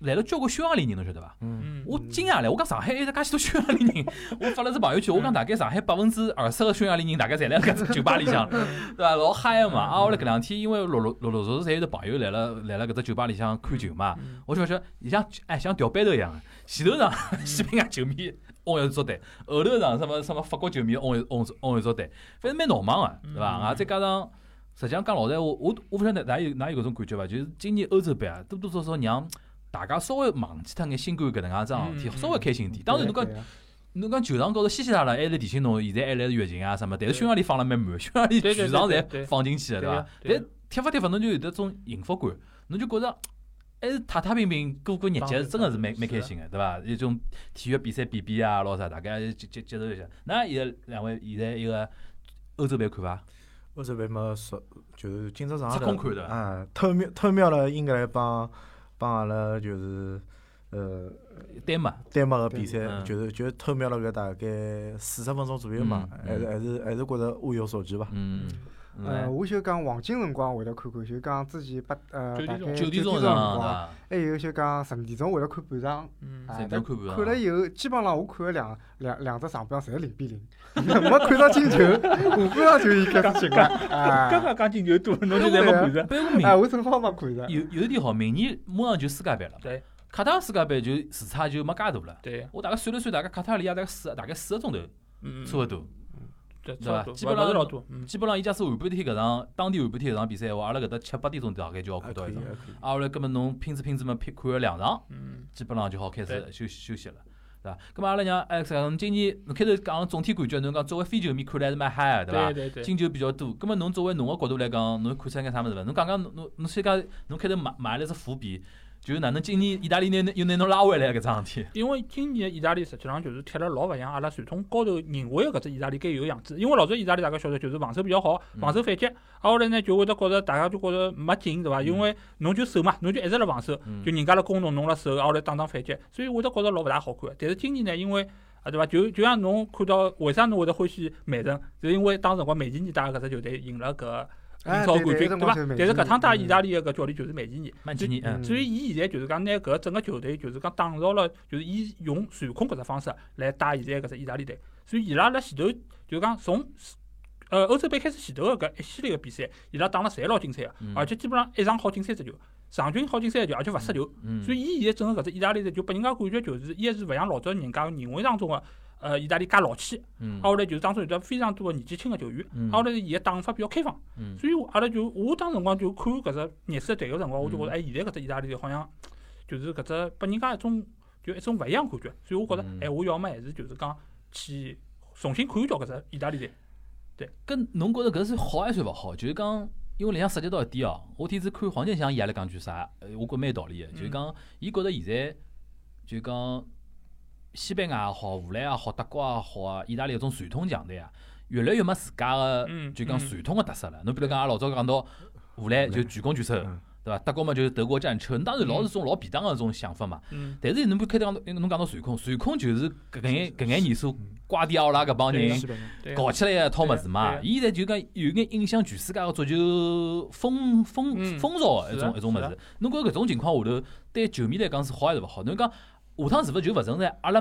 Speaker 2: 来了交关匈牙利人，侬晓得伐？
Speaker 1: 嗯，
Speaker 2: 我惊讶了，我讲上海还有介许多匈牙利人，我发了只朋友圈，我讲大概上海百分之二十个匈牙利人大概侪来搿只酒吧里向，对伐？老嗨个嘛！啊，后来搿两天因为陆陆陆陆续续侪有得朋友来了来了搿只酒吧里向看球嘛，
Speaker 1: 嗯
Speaker 2: 我就觉得像哎像调班头一样，前头场
Speaker 1: 嗯
Speaker 2: 西班牙啊球迷翁一支队，后头场什么什么法国球迷翁一翁翁一支队，反正蛮闹忙个，对伐？
Speaker 1: 嗯
Speaker 2: 啊，再加上。实际上讲老实闲话，我我勿晓得哪有哪有搿种感觉伐？就是今年欧洲杯啊，多多少少让大家稍微忘记脱眼新冠搿能介桩事
Speaker 1: 嗯
Speaker 2: 体，稍微开心点。当然侬讲
Speaker 3: 对啊
Speaker 2: 侬讲球场高头稀稀拉拉，还是提醒侬，现在还来疫情啊什么，但是匈牙利放了蛮满，匈牙利
Speaker 1: 对对
Speaker 2: 全场
Speaker 1: 对对
Speaker 2: 侪放进去了，
Speaker 1: 对
Speaker 2: 伐
Speaker 1: 呀？对呀
Speaker 2: 但踢法踢法，侬就有得种幸福感，侬就觉着还是踏踏平平过过日
Speaker 1: 当
Speaker 2: 节，
Speaker 1: 然
Speaker 2: 真个是蛮
Speaker 1: 是啊
Speaker 2: 蛮开
Speaker 1: 的
Speaker 2: 心个，对伐？一种体育比赛比比啊，老啥，大家接接接受一下。那现在两位现在一个欧洲杯看伐？
Speaker 4: 欧洲杯嘛，说就是今朝上
Speaker 2: 是
Speaker 4: 头
Speaker 2: 空看的
Speaker 4: 啊，偷瞄偷瞄了英格兰帮帮阿拉就是呃
Speaker 2: 丹麦，
Speaker 4: 丹麦个比
Speaker 3: 对
Speaker 4: 赛
Speaker 2: 嗯，
Speaker 4: 就是就是偷瞄了个大概四十分钟左右嘛，
Speaker 2: 嗯
Speaker 4: 还是
Speaker 2: 嗯
Speaker 4: 还是还是觉着物有所值吧。
Speaker 2: 嗯，
Speaker 3: 呃，
Speaker 2: 嗯
Speaker 3: 我就讲黄金辰光会得看看，就讲之前八呃
Speaker 1: 九点
Speaker 3: 大
Speaker 1: 钟
Speaker 3: 概
Speaker 2: 九
Speaker 3: 点
Speaker 2: 点钟
Speaker 3: 钟
Speaker 2: 一
Speaker 3: 辰
Speaker 2: 场，对
Speaker 3: 光，
Speaker 2: 伐？
Speaker 3: 还有就讲十二点钟会得看半场。
Speaker 1: 嗯
Speaker 3: 啊
Speaker 2: 侪
Speaker 3: 但
Speaker 2: 没看半
Speaker 3: 看了
Speaker 2: 场。
Speaker 3: 以后，基本上我看了两两两只上半场侪零 比零，没看到进球， 下半场就已经开始进了。
Speaker 1: 刚
Speaker 3: 啊，
Speaker 1: 刚讲进球多，侬就侪没看着。
Speaker 2: 不过明
Speaker 3: 哎，我正好没看着。
Speaker 2: 有有一点好，明年马上就世界杯了。
Speaker 1: 对，
Speaker 2: 卡塔尔世界杯就时差就没介大了。
Speaker 1: 对，
Speaker 2: 我大概算了算，大概卡塔尔利亚大概四大概四个钟头，
Speaker 1: 嗯，
Speaker 2: 差勿多。
Speaker 1: 对，
Speaker 2: 对吧
Speaker 1: 差不多，
Speaker 2: 基本上
Speaker 1: 勿是老多，嗯，
Speaker 2: 基本上伊假使下半天搿场当地下半天搿场比赛的话，阿拉搿搭七八点钟大概就要
Speaker 4: 还
Speaker 2: 看到
Speaker 4: 可
Speaker 2: 一
Speaker 4: 以，
Speaker 2: 场。
Speaker 4: 还可以。
Speaker 2: 啊，后来搿么侬拼着拼着嘛，拼看了两场，
Speaker 1: 嗯，
Speaker 2: 基本上就好开始
Speaker 1: 对
Speaker 2: 休休息了。对伐？咁么阿拉讲，哎，侬今年侬开头讲总体感觉，侬讲作为非球迷看来是蛮嗨个，伐？
Speaker 1: 对对对，
Speaker 2: 进球比较多。咁么侬作为侬个角度来讲，侬看出来眼啥物事伐？侬讲讲侬侬侬先讲，侬开头买买了只伏笔，就是哪能今年意大利拿又拿侬拉回来搿桩事体？
Speaker 1: 因为今年意大利实际上就是踢了老勿像阿拉传统高头认为个搿只意大利该有个样子。因为老早意大利大家晓得就是防守比较好，
Speaker 2: 嗯
Speaker 1: 防守反击，啊后来呢就会得觉着大家就觉着没劲对伐？
Speaker 3: 嗯
Speaker 1: 因为侬就守嘛，侬就一直辣防守，
Speaker 2: 嗯
Speaker 1: 就人家辣攻侬，侬辣守，啊后来打打反击，所以会得觉着老勿大好看。但是今年呢，因为啊对伐？就就像侬看到为啥侬会得欢喜曼城，就是因为当时辰光梅吉尼带个搿只球队赢了搿。英
Speaker 3: 哎
Speaker 1: 超
Speaker 3: 对
Speaker 1: 冠军
Speaker 3: 对
Speaker 1: 对
Speaker 3: 那辰
Speaker 1: 伐
Speaker 3: 光是？梅
Speaker 1: 但是
Speaker 3: 基尼
Speaker 1: 搿趟带
Speaker 3: 嗯
Speaker 1: 意大利个搿教练就是梅基尼，
Speaker 2: 曼基尼，嗯
Speaker 3: 嗯
Speaker 1: 所以伊现在就是讲拿搿整个球队，就是讲打造了，就是伊用传控搿只方式来带现在搿只意大利队。所以伊拉辣前头就是讲从呃欧洲杯开始前头个搿一系列个比赛，伊拉打了侪老精彩个
Speaker 2: 嗯，
Speaker 1: 而且基本上一场好进三只球，场均好进三十球，而且勿失球。
Speaker 2: 嗯，
Speaker 1: 所以伊现在整个搿只意大利队就拨人家感觉就是，伊还是勿像老早人家认为当中个呃意大利介老气，
Speaker 2: 嗯
Speaker 1: 啊后来就是当中有得非常多个年纪轻个球员，
Speaker 2: 嗯
Speaker 1: 啊后来伊个打法比较开放。
Speaker 2: 嗯
Speaker 1: 所以我阿拉就我当辰光就看搿只热刺队个辰光，我就
Speaker 2: 嗯
Speaker 1: 觉着哎，现在搿只意大利队好像就是搿只拨人家一种就一种勿一样感觉，所以我觉着
Speaker 2: 嗯
Speaker 1: 哎，我要么还是就是讲去重新看一瞧搿只意大利队。
Speaker 2: 跟侬觉着搿是好还算勿好？就是讲，因为里向涉及到一点哦，我天子看黄健翔伊也辣讲句啥，呃我觉得蛮有道理个，
Speaker 1: 嗯
Speaker 2: 就是讲，伊觉着现在就是讲西班牙也好，荷兰也好，德国也好啊，意大利搿种传统强队啊，越来越没自家个
Speaker 1: 嗯
Speaker 2: 就讲
Speaker 1: 嗯
Speaker 2: 传统个特色了。侬比如讲，阿拉老早讲到荷兰就全攻全守，
Speaker 4: 嗯
Speaker 2: 对伐？德国嘛就是德国战车，当然老是种老便当个种想法嘛。
Speaker 1: 嗯，
Speaker 2: 但是侬不开头讲到侬讲到传控，传控就是搿眼搿眼年数瓜迪奥拉搿帮人
Speaker 4: 西班牙
Speaker 1: 对
Speaker 2: 搞起来一套物事
Speaker 1: 对
Speaker 2: 嘛
Speaker 1: 啊。
Speaker 2: 伊现在就讲有眼影响全世界个足球风风
Speaker 1: 嗯
Speaker 2: 风潮个一
Speaker 1: 是啊
Speaker 2: 种一种物
Speaker 1: 是啊
Speaker 2: 事。侬觉着搿种情况下头，对球迷来讲是好还是勿好？侬讲下趟是勿是就勿存在阿拉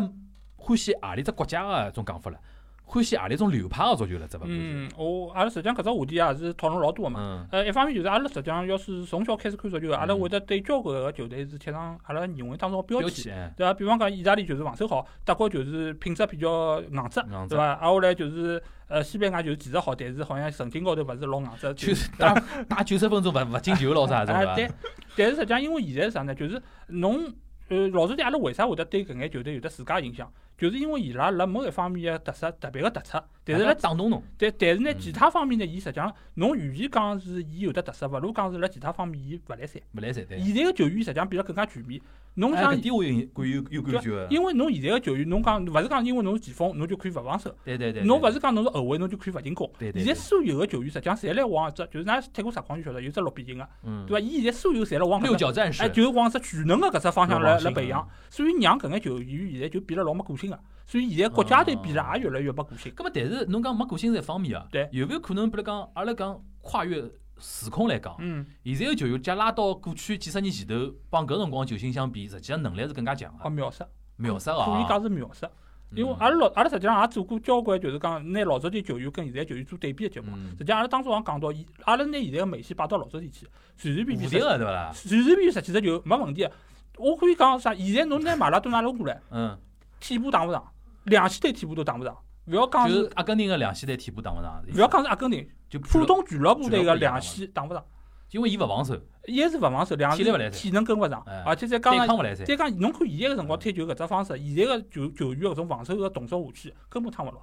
Speaker 2: 欢喜何里只国家个一种讲法了？欢喜何里种流派个足球了，只勿过是，
Speaker 1: 嗯，我阿拉实际上搿只话题啊是讨论老多个嘛。
Speaker 2: 嗯，
Speaker 1: 呃，一方面就是阿拉实际上要是从小开始看足球的，阿拉会得对交关个球队是贴上阿拉认为当中的标
Speaker 2: 标
Speaker 1: 签。
Speaker 2: 签，哎
Speaker 1: 对伐？啊比方讲，意大利就是防守好，德国就是品质比较硬质，
Speaker 2: 硬质
Speaker 1: 对伐？挨下来就是呃，西班牙就是技术好，但是好像神经高头勿是老硬质。
Speaker 2: 就是是 打打九十分钟勿勿进球 咯啥种
Speaker 1: 啊，
Speaker 2: 伐？
Speaker 1: 对。但是实际啊上，因为现在是啥呢？就是侬呃，老实讲，阿拉为啥会得对搿眼球队有得自家影响？就是因为伊拉辣某一方面个特色特别个突出，但是
Speaker 2: 辣
Speaker 1: 辣
Speaker 2: 打动侬，
Speaker 1: 但但是呢，
Speaker 2: 嗯
Speaker 1: 其他方面呢，伊实际上侬与其讲是伊有得特色，勿如讲是辣其他方面伊勿来三。
Speaker 2: 勿来三对。
Speaker 1: 现在个球员实际上变得更加全面。侬
Speaker 2: 哎
Speaker 1: 想
Speaker 2: 搿，点我有有有有感觉的，
Speaker 1: 因为侬现在个球员，侬讲勿是讲因为侬是前锋，侬就可以勿防守。
Speaker 2: 对对对，
Speaker 1: 侬勿
Speaker 2: 是
Speaker 1: 是讲侬是后卫，侬就可以勿进攻。
Speaker 2: 对对
Speaker 1: 现在所有个球员实际上侪来往一只，就是㑚踢过实况就晓得，有只六边形个，
Speaker 2: 嗯
Speaker 1: 啊对伐？伊现在所有侪辣往搿
Speaker 2: 六
Speaker 1: 只
Speaker 2: 角战士
Speaker 1: 哎，，就是往只全能个搿只方向
Speaker 2: 六
Speaker 1: 来
Speaker 2: 芒星
Speaker 1: 来培养，所以让搿眼球员现在就变得老没个性个。所以现在国家队变得也越来越没个性。
Speaker 2: 咁么，但是侬讲没个性是一方面啊，
Speaker 1: 对
Speaker 2: 有没有可能，比如讲，阿拉讲跨越时空来讲，
Speaker 1: 嗯，
Speaker 2: 现在个球员假拉到过去几十年前头，帮搿辰光球星相比，实际上能力是更加强
Speaker 1: 啊，
Speaker 2: 个，
Speaker 1: 秒杀，
Speaker 2: 秒杀个
Speaker 1: 可以
Speaker 2: 啊，
Speaker 1: 讲是秒杀。
Speaker 2: 嗯
Speaker 1: 因为阿拉老阿拉实际上也做过交关，就是讲拿老早点球员跟现在球员做对比个节目。啊
Speaker 2: 嗯
Speaker 1: 实际上阿拉当初也讲到，伊阿拉拿现在个梅西摆到老早点去，随随便
Speaker 2: 蝴
Speaker 1: 便
Speaker 2: 蝶
Speaker 1: 实
Speaker 2: 个啊对勿啦？
Speaker 1: 随随便便十几只球没问题个。我可以讲啥？现在侬拿马拉多纳拉过来，
Speaker 2: 嗯，
Speaker 1: 替补打勿上，两线队替补都打勿上，勿要讲
Speaker 2: 就是
Speaker 1: 啊是
Speaker 2: 阿根廷个两线队替补打勿上，
Speaker 1: 勿要讲是阿根廷，
Speaker 2: 就普
Speaker 1: 普
Speaker 2: 通，
Speaker 1: 通俱乐部队
Speaker 2: 俱
Speaker 1: 个
Speaker 2: 乐部也打
Speaker 1: 两
Speaker 2: 不
Speaker 1: 线打勿上。
Speaker 2: 因为伊勿防守，
Speaker 1: 一是勿防守，两
Speaker 2: 体力勿来
Speaker 1: 是
Speaker 2: 塞
Speaker 1: 体能跟勿上
Speaker 2: 哎，
Speaker 1: 而且再
Speaker 2: 对
Speaker 1: 加
Speaker 2: 抗嗯
Speaker 1: 上
Speaker 2: 勿来噻，
Speaker 1: 再讲，侬看现在个辰光踢球搿只方式，现在个球球员搿种防守个动作下去，根本趟勿牢。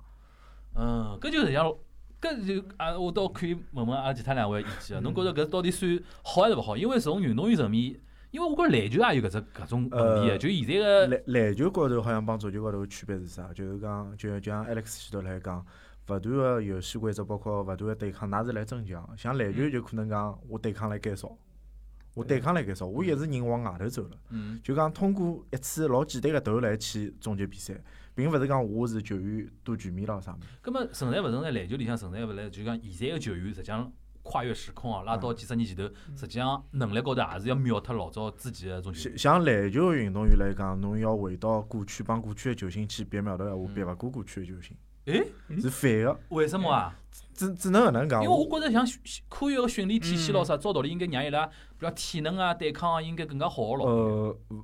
Speaker 2: 嗯，搿就是像。搿就啊，我倒可以问问阿拉其他两位意见
Speaker 1: 嗯
Speaker 2: 啊，侬觉着搿到底算好还是勿好？因为从运动员层面，因为我觉着篮球也有搿只搿种问题
Speaker 4: 呃
Speaker 2: 的，就现在个
Speaker 4: 篮篮球高头好像帮足球高头区别是啥？就是讲，就就像 Alex 前头来讲，勿断个游戏规则，包括勿断个对抗，㑚是来增强。像篮
Speaker 2: 嗯
Speaker 4: 球就可能讲，我对抗来减少，我对抗来减少，我一直人往外头走了。
Speaker 2: 嗯
Speaker 4: 就讲通过一次老简单个投篮去终结比赛，并勿是讲我是球员多全面咯啥物事。，
Speaker 2: 咁么存在勿存在篮球里向存在勿来，就讲现在个球员实际上跨越时空啊，拉到几十年前头，实际上能力高头也是要秒脱老早之前个种球
Speaker 4: 像
Speaker 2: 员。
Speaker 4: 像篮球个运动员来讲，侬要回到过去帮过去个球星去比苗头闲话，
Speaker 2: 嗯
Speaker 4: 比勿过过去个球星，
Speaker 2: 诶，
Speaker 4: 是反个，
Speaker 2: 为什么啊？
Speaker 4: 只只能搿能
Speaker 2: 因
Speaker 4: 讲。
Speaker 2: 为我觉着像训科学个训练体系咯啥，照道理应该让伊拉，比如体能啊、对抗啊，应该更加好个咯。
Speaker 4: 呃，勿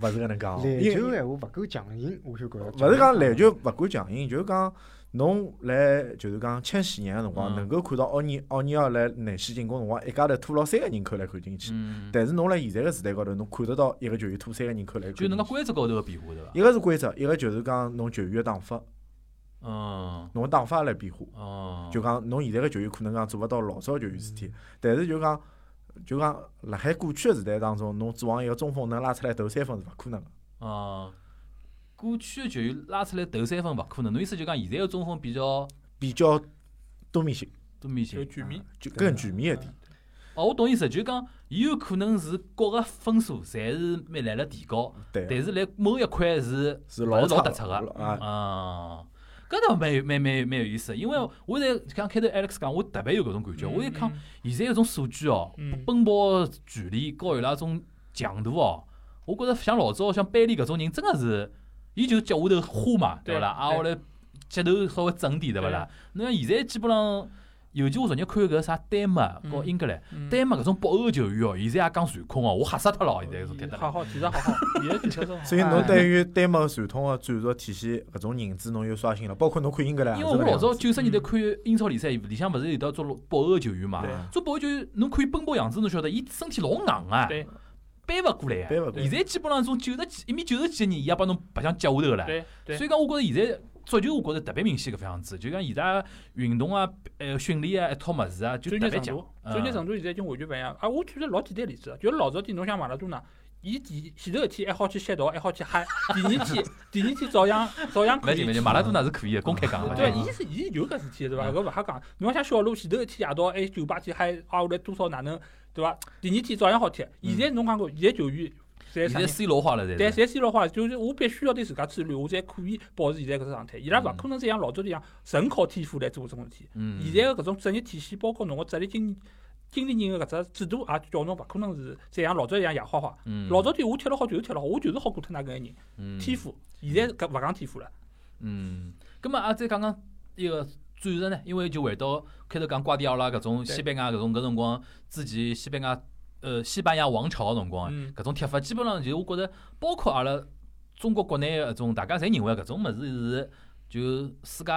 Speaker 4: 勿是搿能讲哦，
Speaker 3: 篮
Speaker 4: 因
Speaker 3: 球闲话勿够强硬，我就觉着。
Speaker 4: 勿是讲篮球勿管强硬，就是讲侬来就是讲千禧年个辰光，
Speaker 2: 嗯
Speaker 4: 能够看到奥尼奥尼尔来内线进攻辰光，一家头拖牢三个人扣来扣进去。
Speaker 2: 嗯，
Speaker 4: 但是侬辣现在个时代高头，侬看得到一个球员拖三个人扣来扣
Speaker 2: 就
Speaker 4: 进
Speaker 2: 能介
Speaker 4: 去。
Speaker 2: 规则高头个变化对伐？
Speaker 4: 一个是规则，一个就是讲侬球员个打法，
Speaker 2: 嗯
Speaker 4: 侬个打法来变化。
Speaker 2: 嗯，
Speaker 4: 就讲侬现在个球员可能讲做勿到老早球员事体，但是就讲就讲辣海过去个时代当中，侬指望一个中锋能拉出来投三分是勿可能个。
Speaker 2: 嗯，过去个球员拉出来投三分勿可能，侬意思就讲现在个中锋比较
Speaker 4: 比较多面性，
Speaker 2: 多面
Speaker 1: 就
Speaker 2: 性。
Speaker 1: 全面，
Speaker 4: 就呃更全面一点。
Speaker 2: 哦，我懂意思，就是讲，伊有可能是各个分数侪是蛮来了提高，
Speaker 4: 对，啊
Speaker 2: 但是来某一块是
Speaker 4: 是
Speaker 2: 勿是
Speaker 4: 差
Speaker 2: 老突出个。
Speaker 4: 啊，
Speaker 2: 嗯，搿倒蛮有蛮蛮蛮有意思，因为我在像开头 Alex 讲，我特别有搿种感觉，我一看现在有种数据哦，
Speaker 1: 嗯，嗯，
Speaker 2: 奔跑的距离高伊拉种强度哦，我觉着像老早像贝利搿种人，真个是，伊就脚下头花嘛，对勿啦？
Speaker 1: 对
Speaker 2: 啊，后来脚头稍微整点，对勿啦？侬像现在基本上，尤其我昨日看搿啥丹麦和
Speaker 1: 嗯
Speaker 2: 英格兰，
Speaker 1: 嗯
Speaker 2: 丹麦搿种北欧球员哦，现在也讲传控哦，我吓死脱了，现在搿种踢得
Speaker 1: 好
Speaker 2: 了。
Speaker 1: 好，其实好好，现在其实是好
Speaker 4: 所以侬
Speaker 1: 哎
Speaker 4: 对于丹麦传统个战术体系搿种认知，侬有刷新了。包括侬看英格兰啊
Speaker 2: 因
Speaker 4: 也
Speaker 2: 为
Speaker 4: 是搿
Speaker 2: 我
Speaker 4: 能
Speaker 2: 老
Speaker 4: 样子，
Speaker 2: 早九十年代看英超联赛，里向勿是有得做北欧球员嘛
Speaker 1: 嗯
Speaker 4: 对？
Speaker 2: 做北欧球员，侬看伊奔跑样子，侬晓得伊身体老硬啊，
Speaker 1: 对
Speaker 2: 背勿过来啊
Speaker 4: 背勿过。来
Speaker 2: 现在基本上从九十几一米九十几个人，伊也帮侬白相脚下头了。
Speaker 1: 对对
Speaker 2: 所，以讲，我觉着现在足球，我觉着特别明显搿副样子，就讲现在运动啊、呃训练啊一套物事啊，就
Speaker 1: 专
Speaker 2: 特
Speaker 1: 业
Speaker 2: 别
Speaker 1: 程
Speaker 2: 强
Speaker 1: 度。，专业
Speaker 2: 嗯
Speaker 1: 程度现在已经完全勿一样。啊，我举个老简单例子，就是老早天侬像马拉多纳，伊第前头一天还好去摔倒，还好去嗨，第二天第二天照样照样
Speaker 2: 嗯没
Speaker 1: 可
Speaker 2: 劲
Speaker 1: 以
Speaker 2: 没。劲，马拉多纳嗯是可以的，公开讲的。
Speaker 1: 对，伊是伊有搿事体的对伐？搿勿瞎讲。侬像小卢前头一天夜到还酒吧去嗨，啊下来多少哪能对伐？第二天照样好踢。现在侬讲过，现在球员侪
Speaker 2: 嗯现
Speaker 1: 啥
Speaker 2: 在
Speaker 1: 人？
Speaker 2: C 罗化了，
Speaker 1: 但
Speaker 2: 侪是。
Speaker 1: 侪先老话，就是我必须要对自家自律，我才可以保持现在搿只状态。伊拉勿可能再像老早一样纯靠天赋来做搿种事体。
Speaker 2: 嗯，
Speaker 1: 现在个搿种职业体系，包括侬个职业经经理人个搿只制度，也叫侬勿可能是再像老早一样野花花。
Speaker 2: 嗯
Speaker 1: 老早点我踢了好就是踢了好，我就是好过脱㑚搿眼人。
Speaker 2: 嗯
Speaker 1: 天赋，现在搿勿讲天赋了。
Speaker 2: 嗯，咁么啊，再讲讲一个转折呢？因为就回到开头讲瓜迪奥拉搿种西班牙搿种搿辰光，之前西班牙呃西班牙王朝个辰光，
Speaker 1: 嗯
Speaker 2: 搿种踢法基本上就是我觉着，包括阿拉中国国内搿种，大家侪认为搿种物事是就世界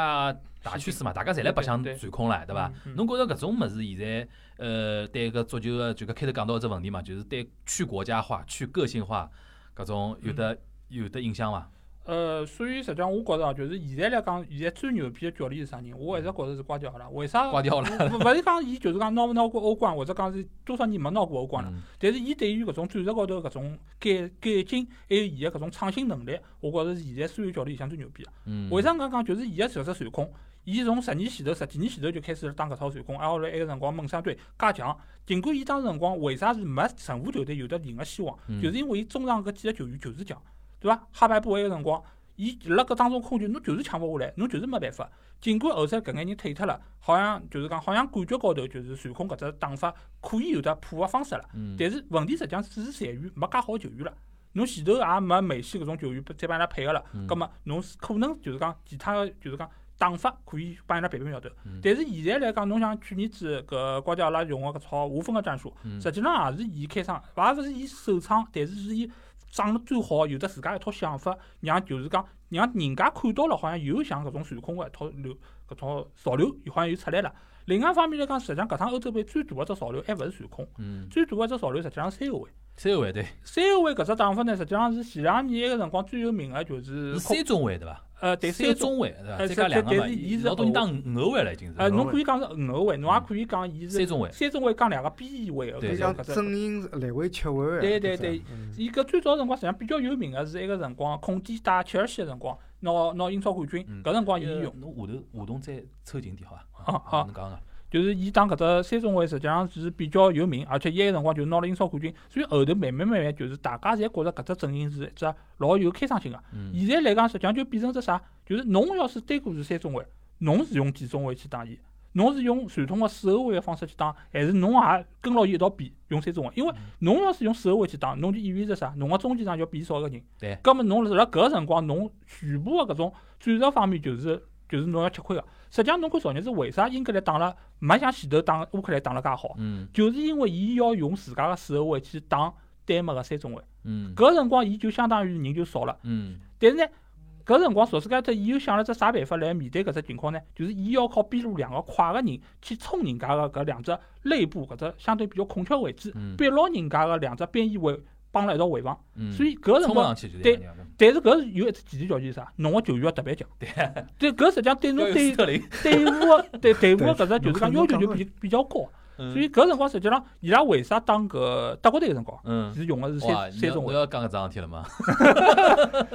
Speaker 2: 大趋势嘛，大家侪来白相
Speaker 1: 对对
Speaker 2: 传控了，对伐？？
Speaker 1: 嗯
Speaker 2: 侬觉着搿种物事现在，呃，对搿足球个就搿开头讲到只问题嘛，就是对去国家化、去个性化搿种有得、有得影响伐？
Speaker 1: 呃，所以实际上我觉着啊，就是现在来讲，现在最牛逼的教练是啥人？我一直觉着是瓜迪奥拉。为啥？
Speaker 2: 挂掉了。
Speaker 1: 勿勿是讲伊就是讲拿勿拿过欧冠，或者讲是多少年没拿过欧冠了。
Speaker 2: 嗯
Speaker 1: 但是伊对于搿种战术高头搿种改改进，还有伊个搿种创新能力，我觉着是现在所有教练里向最牛逼的。
Speaker 2: 嗯，
Speaker 1: 为啥讲讲？就是伊个搿只传控，伊从十年前头、十几年前头就开始打搿套传控，挨下来埃个辰光猛三队加强。尽管伊当时辰光为啥是没任何球队有得赢个希望，
Speaker 2: 嗯
Speaker 1: 就是因为伊中场搿几个球员就是强，对伐？哈白布埃个辰光，伊辣搿当中控球，侬就是抢勿下来，侬就是没办法。尽管后头搿眼人退脱了，好像就是讲，好像感觉高头就是传控搿只打法可以有得破个方式了。
Speaker 2: 嗯？
Speaker 1: 但是问题实际上只是残余没介好球员了。侬前头也没梅西搿种球员再帮伊拉配合了，
Speaker 2: 嗯
Speaker 1: 葛末啊侬是可能就是讲其他的就是讲打法可以帮伊拉配配苗头
Speaker 2: 嗯。
Speaker 1: 但是现在来讲，侬像去年子搿瓜迪奥拉用个搿套无锋个战术，
Speaker 2: 嗯
Speaker 1: 实际上也是伊开创，也勿是伊首创，但是是伊长了最好，有得自家一套想法，让就是讲让人家看到了，好像有像搿种传控个一套流搿套潮流，好像又出来了。另外一方面来讲，实际上搿趟欧洲杯最大个只潮流还勿是传控。
Speaker 2: 嗯，
Speaker 1: 最大个只潮流实际上是三后卫，
Speaker 2: 三位对，
Speaker 1: 三后卫搿只打法呢，实际上是前两年埃个辰光最有名个就是
Speaker 2: 是
Speaker 1: 空
Speaker 2: 三中卫对伐？
Speaker 1: 呃对
Speaker 2: 三
Speaker 1: 三
Speaker 2: 中卫对伐？
Speaker 1: 呃
Speaker 2: 再加两个嘛，
Speaker 1: 但是伊是
Speaker 2: 老多人打五后卫了已经
Speaker 1: 呃
Speaker 2: 是。
Speaker 1: 侬可以讲是五后卫，侬也可以讲伊
Speaker 2: 三
Speaker 1: 是
Speaker 2: 中卫，
Speaker 1: 三中卫讲两个边翼卫个搿
Speaker 2: 对对
Speaker 1: 种
Speaker 3: 像
Speaker 1: 搿只。
Speaker 3: 正音来回切换啊。
Speaker 1: 对对对
Speaker 3: 搿只，嗯
Speaker 1: 伊搿最早辰光实际上比较有名个是埃个辰光，孔蒂打切尔西个辰光，拿拿英超冠军
Speaker 2: 嗯，
Speaker 1: 搿辰光伊
Speaker 2: 呃嗯
Speaker 1: 用，
Speaker 2: 侬下头下头再凑近点好伐？
Speaker 1: 啊啊
Speaker 2: 侬讲讲。
Speaker 1: 就是伊打搿只三中卫实际上是比较有名，而且伊埃个辰光就拿了英超冠军，所以后头慢慢慢慢就是大家侪觉着搿只阵型是一只老有开创性个。
Speaker 2: 嗯
Speaker 1: 现在来讲，实际上就变成只啥？就是侬要是单个是三中卫，侬是用几中卫去打伊？侬是用传统个四后卫个方式去打，还是侬也跟牢伊一道比用三中卫？因
Speaker 2: 嗯
Speaker 1: 为侬要是用四后卫去打，侬就意味着啥？侬个中间场要变少一个人。
Speaker 2: 对
Speaker 1: 葛末侬辣搿个辰光，侬全部个搿种战术方面就是就是侬要吃亏个。实际上，侬看昨日是为啥英格兰打了没像前头打乌克兰打了介好？
Speaker 2: 嗯
Speaker 1: 就是因为伊要用自家个四后卫去打丹麦个三中卫，
Speaker 2: 嗯
Speaker 1: 搿个辰光伊就相当于人就少了。
Speaker 2: 嗯
Speaker 1: 但是呢，搿辰光索斯盖特伊又想了只啥办法来面对搿只情况呢？就是伊要靠边路两个快个人去冲人家个搿两只内部搿只相对比较空缺位置，
Speaker 2: 嗯
Speaker 1: 逼牢人家个两只边翼位帮了一道回防。
Speaker 2: 嗯，
Speaker 1: 所以搿个辰
Speaker 2: 冲不
Speaker 1: 光
Speaker 2: 上，去就
Speaker 1: 对
Speaker 2: 这样
Speaker 1: 但是搿是有一只前提条件是啥？侬个球员要特别强。对，搿实际上对侬
Speaker 2: 要有
Speaker 1: 对
Speaker 2: 斯特林，
Speaker 1: 队伍个对队伍个搿只
Speaker 3: 对
Speaker 1: 就是讲要求就比比较高。
Speaker 2: 所
Speaker 1: 所以搿辰光实际上伊拉为啥打搿德国队个辰光？
Speaker 2: 嗯，
Speaker 1: 是用个是
Speaker 2: 哇，
Speaker 1: 三
Speaker 2: 你
Speaker 1: 三
Speaker 2: 要
Speaker 1: 中
Speaker 2: 你
Speaker 1: 卫，
Speaker 2: 要讲搿桩事体了吗？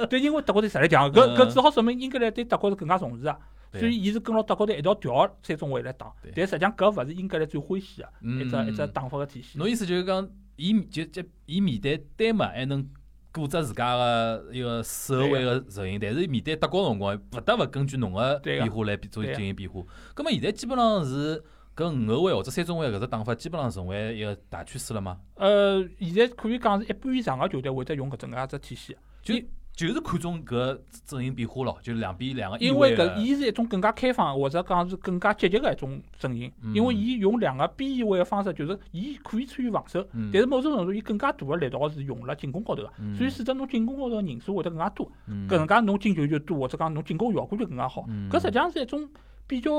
Speaker 1: 对，因为德国队实力强，
Speaker 2: 嗯
Speaker 1: 搿搿只好说明英格兰对德国是更加重视啊。
Speaker 2: 对
Speaker 1: 所以伊是跟牢德国队一道调三中卫来打
Speaker 2: 对，
Speaker 1: 但实际上搿勿是英格兰最欢喜个
Speaker 2: 嗯
Speaker 1: 一只一只打法个体系。
Speaker 2: 侬意思就是讲，伊就就伊面对丹麦还能顾着自家个一个首位个阵型，但是面对德国辰光，不得勿根据侬个
Speaker 1: 对
Speaker 2: 变
Speaker 1: 个
Speaker 2: 化来比做
Speaker 1: 对
Speaker 2: 进
Speaker 1: 个
Speaker 2: 行变化。咁么现在基本上是搿五后卫或者三中卫搿只打法，基本上成为一个大趋势了吗？
Speaker 1: 呃，现在可以讲是一半以上个球队会得用搿种介只体系，
Speaker 2: 就
Speaker 1: 伊
Speaker 2: 就是看中搿阵型变化咯，就是两边两个
Speaker 1: 因
Speaker 2: 为
Speaker 1: 为搿伊是一种更加开放或者讲是更加积极个一种阵型
Speaker 2: 嗯，
Speaker 1: 因为伊用两个边翼位个方式，就是伊可以参与防守，
Speaker 2: 嗯
Speaker 1: 但是某种程度伊更加大个力道是用辣进攻高头个
Speaker 2: 嗯，
Speaker 1: 所以使得侬进攻高头人数会得更加多。
Speaker 2: 嗯
Speaker 1: 搿能介侬进球就多，或者讲侬进攻效果就更加好
Speaker 2: 嗯。
Speaker 1: 搿实际上是一种比较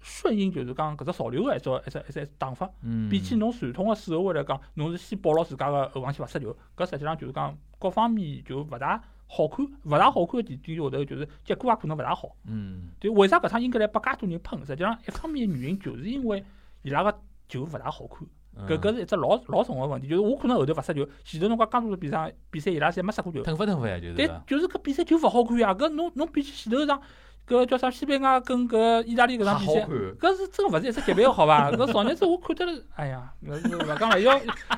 Speaker 1: 顺应，就是讲搿只潮流个一种一只一只一只打法。
Speaker 2: 嗯
Speaker 1: 比起侬传统个四后卫来讲，侬是先保牢自家个后防线勿失球，搿实际上就是讲各方面就勿大好看，勿大好看个点点下头就是结果也可能勿大好。
Speaker 2: 嗯
Speaker 1: 对，为啥搿趟英格兰被介多人喷？实际上一方面原因就是因为伊拉个球勿大好看。
Speaker 2: 嗯
Speaker 1: 搿搿是一只老老重个问题，就是我可能后头勿失球，前头侬讲江苏比赛比赛伊拉侪没失过球，
Speaker 2: 腾飞腾飞啊，就是
Speaker 1: 但就是搿比赛就勿好看啊呀！搿侬侬比起前头场搿叫啥西班牙跟搿意大利搿场比
Speaker 2: 好
Speaker 1: 赛
Speaker 2: 看，，
Speaker 1: 搿是真勿是一只级别好 伐？搿昨日子我看得了，哎呀，勿是勿讲了， 要